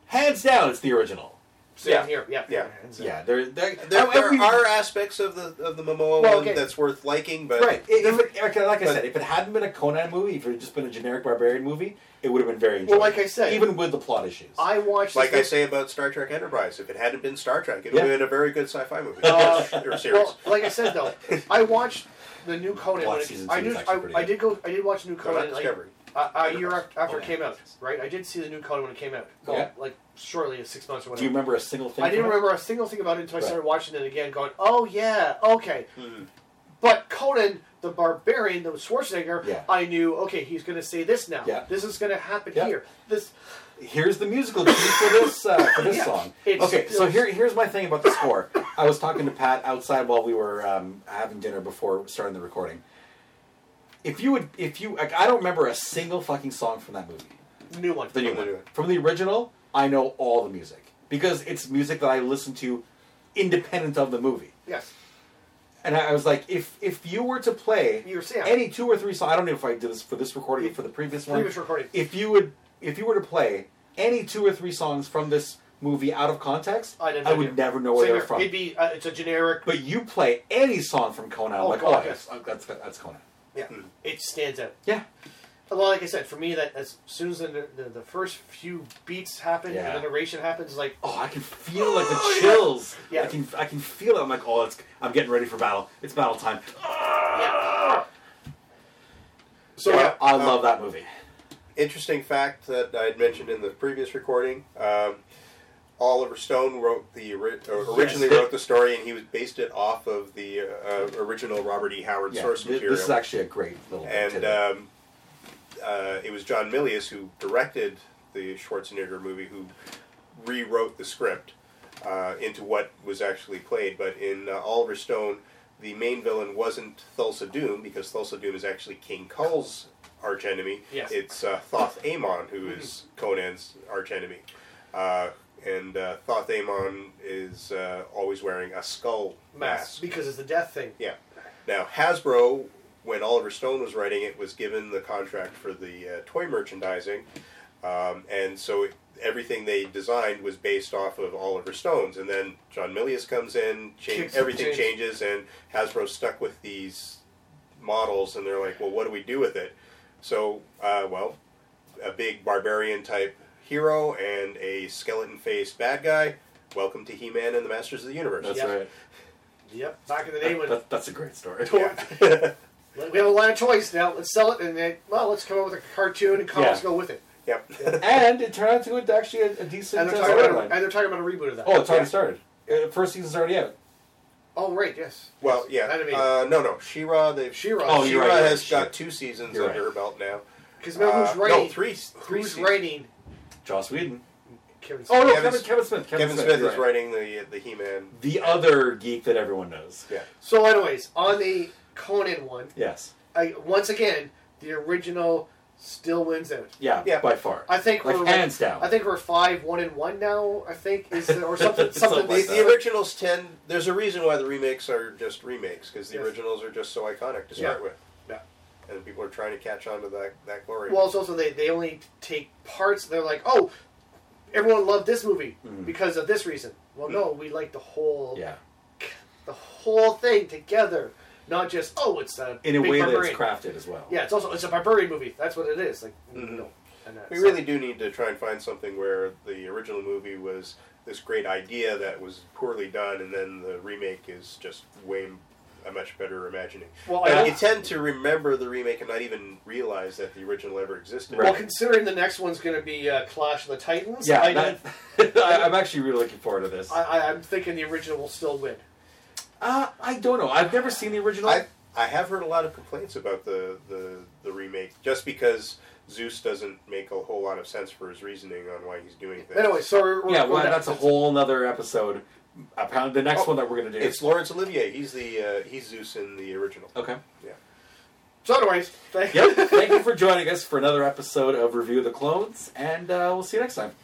Speaker 1: Hands down, it's the original.
Speaker 2: Same
Speaker 3: Yeah.
Speaker 2: here. Yeah,
Speaker 3: Yeah.
Speaker 1: Yeah, there, there,
Speaker 3: There,
Speaker 1: and
Speaker 3: there
Speaker 1: we-
Speaker 3: are aspects of the of the Momoa
Speaker 2: Well,
Speaker 3: one
Speaker 2: okay.
Speaker 3: that's worth liking, but
Speaker 1: Right. If it, like I
Speaker 3: but-
Speaker 1: said, if it hadn't been a Conan movie, if it had just been a generic barbarian movie, it would have been very
Speaker 2: Well,
Speaker 1: enjoyable.
Speaker 2: like I said,
Speaker 1: even with the plot issues.
Speaker 2: I watched
Speaker 3: like I
Speaker 2: this-
Speaker 3: say about Star Trek Enterprise, if it hadn't been Star Trek, it would
Speaker 1: Yeah.
Speaker 3: have been a very good sci-fi movie
Speaker 2: Uh,
Speaker 3: or series.
Speaker 2: Well, like I said though, I watched the new Conan.
Speaker 1: Watch
Speaker 2: when it-
Speaker 1: season
Speaker 2: I
Speaker 1: two,
Speaker 2: knew
Speaker 1: it's actually
Speaker 2: I,
Speaker 1: pretty
Speaker 2: I
Speaker 1: good.
Speaker 2: did go. I did watch the new
Speaker 3: no,
Speaker 2: Conan
Speaker 3: not
Speaker 2: like
Speaker 3: Discovery.
Speaker 2: a, a year
Speaker 3: Enterprise.
Speaker 2: after, after
Speaker 1: Oh,
Speaker 2: it
Speaker 1: yeah.
Speaker 2: came out. Right, I did see the new Conan when it came out. Well,
Speaker 1: Yeah.
Speaker 2: like shortly, six months or whatever.
Speaker 1: Do you remember a single thing?
Speaker 2: I didn't
Speaker 1: from it?
Speaker 2: remember a single thing about it until I
Speaker 1: Right. Mm-hmm.
Speaker 2: started watching it again, going, "Oh yeah, okay." But Conan the Barbarian, the Schwarzenegger,
Speaker 1: Yeah.
Speaker 2: I knew. Okay, he's going to say this now.
Speaker 1: Yeah.
Speaker 2: This is going to happen
Speaker 1: Yeah.
Speaker 2: here. This
Speaker 1: here's the musical cue for this uh, for this
Speaker 2: Yeah.
Speaker 1: song.
Speaker 2: It's-
Speaker 1: okay, so here here's my thing about the score. I was talking to Pat outside while we were um, having dinner before starting the recording. If you would, if you, like, I don't remember a single fucking song from that movie,
Speaker 2: new one.
Speaker 1: the new
Speaker 3: From the new
Speaker 1: one.
Speaker 3: one.
Speaker 1: From the original, I know all the music because it's music that I listen to, independent of the movie.
Speaker 2: Yes.
Speaker 1: And I I was like, if if you were to play
Speaker 2: You were saying-
Speaker 1: any two or three songs, I don't know if I did this for this recording or for the previous one.
Speaker 2: Previous recording.
Speaker 1: If you would, if you were to play any two or three songs from this movie out of context,
Speaker 2: I, didn't
Speaker 1: would never know where
Speaker 2: Same
Speaker 1: they're
Speaker 2: here.
Speaker 1: from.
Speaker 2: It'd be uh, it's a generic.
Speaker 1: But you play any song from Conan, I'm
Speaker 2: Oh,
Speaker 1: like,
Speaker 2: God,
Speaker 1: oh, yes,
Speaker 2: yes.
Speaker 1: that's that's Conan.
Speaker 2: yeah,
Speaker 1: Hmm.
Speaker 2: it stands out.
Speaker 1: Yeah,
Speaker 2: Well, like I said, for me, that as soon as the the, the first few beats happen,
Speaker 1: Yeah.
Speaker 2: and the narration happens, it's like
Speaker 1: Oh, I can feel like the chills.
Speaker 2: Yeah.
Speaker 1: I can I can feel it. I'm like, oh, it's I'm getting ready for battle. It's battle time.
Speaker 2: Oh,
Speaker 3: Ah.
Speaker 2: yeah,
Speaker 3: So
Speaker 1: Yeah, I
Speaker 2: Oh.
Speaker 3: uh,
Speaker 1: love that movie.
Speaker 3: Interesting fact that I had mentioned in the previous recording. Um, Oliver Stone wrote the ori- uh, originally
Speaker 1: Yes.
Speaker 3: wrote the story, and he was based it off of the uh, original Robert E. Howard
Speaker 1: Yeah,
Speaker 3: source
Speaker 1: thi- this,
Speaker 3: material.
Speaker 1: is actually a great little.
Speaker 3: and
Speaker 1: tidbit.
Speaker 3: um, uh, it was John Milius who directed the Schwarzenegger movie, who rewrote the script uh, into what was actually played. But in uh, Oliver Stone, the main villain wasn't Thulsa Doom because Thulsa Doom is actually King Cull's archenemy.
Speaker 2: Yes.
Speaker 3: It's uh, Thoth Amon who is Conan's archenemy. Uh, and uh, Thoth Amon is uh, always wearing a skull
Speaker 2: mass because it's the death thing.
Speaker 3: yeah. Now Hasbro, when Oliver Stone was writing it, was given the contract for the uh, toy merchandising, um, and so it, everything they designed was based off of Oliver Stone's. And then John Milius comes in, change,
Speaker 2: Kicks-
Speaker 3: everything
Speaker 2: change.
Speaker 3: changes, and Hasbro stuck with these models, and they're like, "Well, what do we do with it?" So, uh, well, a big barbarian type hero and a skeleton faced bad guy. Welcome to He-Man and the Masters of the Universe.
Speaker 1: that's
Speaker 2: yeah.
Speaker 1: right.
Speaker 2: Yep, back in the day
Speaker 1: That,
Speaker 2: when
Speaker 1: that- that's a great story.
Speaker 3: Yeah.
Speaker 2: like, we have a line of toys now, let's sell it, and then well, let's come up with a cartoon and comics
Speaker 1: Yeah.
Speaker 2: go with it.
Speaker 3: Yep.
Speaker 1: and it turned out to be actually a, a
Speaker 2: And
Speaker 1: decent
Speaker 2: they're,
Speaker 1: uh,
Speaker 2: talking about,
Speaker 1: storyline.
Speaker 2: and they're talking about a reboot of that.
Speaker 1: Oh, it's already
Speaker 3: Yeah.
Speaker 1: started. Uh, first season's already out.
Speaker 2: Oh, right, yes.
Speaker 3: Well, yeah.
Speaker 2: Animated.
Speaker 3: Uh, no, no. Shira, they've
Speaker 2: She-Ra.
Speaker 1: Oh,
Speaker 3: Shira
Speaker 1: you're right, you're
Speaker 3: has
Speaker 1: right.
Speaker 3: got two seasons
Speaker 1: You're
Speaker 3: under
Speaker 1: right.
Speaker 3: her belt now.
Speaker 2: Because remember
Speaker 3: Uh,
Speaker 2: who's writing?
Speaker 3: No, three. three
Speaker 2: who's
Speaker 3: seasons.
Speaker 2: writing?
Speaker 1: Joss Whedon.
Speaker 2: Kevin
Speaker 1: Oh no,
Speaker 3: Kevin-
Speaker 1: Kevin, Kevin, Smith. Kevin,
Speaker 3: Kevin Smith
Speaker 1: you're
Speaker 3: is
Speaker 1: right.
Speaker 3: writing the the He Man.
Speaker 1: The other geek that everyone knows.
Speaker 3: Yeah.
Speaker 2: So, anyways, on the Conan one,
Speaker 1: Yes.
Speaker 2: I, once again, the original still wins out.
Speaker 1: Yeah.
Speaker 3: Yeah.
Speaker 1: By far.
Speaker 2: I think
Speaker 1: Like,
Speaker 2: we're
Speaker 1: hands down.
Speaker 2: I think we're five one and one now. I think is the, or something something.
Speaker 1: Something
Speaker 3: The,
Speaker 1: like
Speaker 2: they-
Speaker 3: the originals tend. There's a reason why the remakes are just remakes because the
Speaker 2: Yes.
Speaker 3: originals are just so iconic to start with,
Speaker 2: Yeah.
Speaker 3: and people are trying to catch on to that that glory.
Speaker 2: Well, it's also they, they only take parts. They're like, oh, everyone loved this movie because of this reason. Well, no, we like the whole
Speaker 1: Mm-hmm. yeah.
Speaker 2: the whole thing together, not just oh, it's a
Speaker 1: In a
Speaker 2: big
Speaker 1: way that's
Speaker 2: barbarian.
Speaker 1: crafted as well.
Speaker 2: Yeah, it's also it's a barbarian movie. That's what it is. Like
Speaker 1: Mm-hmm.
Speaker 2: no, and that's-
Speaker 3: we really do need to try and find something where the original movie was this great idea that was poorly done, and then the remake is just way m- a much better imagining.
Speaker 2: Well,
Speaker 3: But
Speaker 2: I-
Speaker 3: you tend to remember the remake and not even realize that the original ever existed.
Speaker 2: well,
Speaker 1: Right.
Speaker 2: considering the next one's going to be uh, Clash of the Titans.
Speaker 1: Yeah,
Speaker 2: I,
Speaker 1: that-
Speaker 2: don't-
Speaker 1: I, I'm actually really looking forward to this.
Speaker 2: I, I I'm thinking the original will still win.
Speaker 1: Uh, I don't know. I've never seen the original.
Speaker 3: I I have heard a lot of complaints about the, the the remake just because Zeus doesn't make a whole lot of sense for his reasoning on why he's doing things.
Speaker 2: Anyway, so we're, we're
Speaker 1: yeah,
Speaker 2: we're
Speaker 1: well,
Speaker 2: done.
Speaker 1: that's a whole nother episode. Apparently, the next
Speaker 3: Oh,
Speaker 1: one that we're gonna do.
Speaker 3: it's Laurence Olivier. He's the uh, he's Zeus in the original.
Speaker 1: okay.
Speaker 3: Yeah.
Speaker 2: So, anyways, thank
Speaker 1: Yep. Thank you for joining us for another episode of Review of the Clones, and uh, we'll see you next time.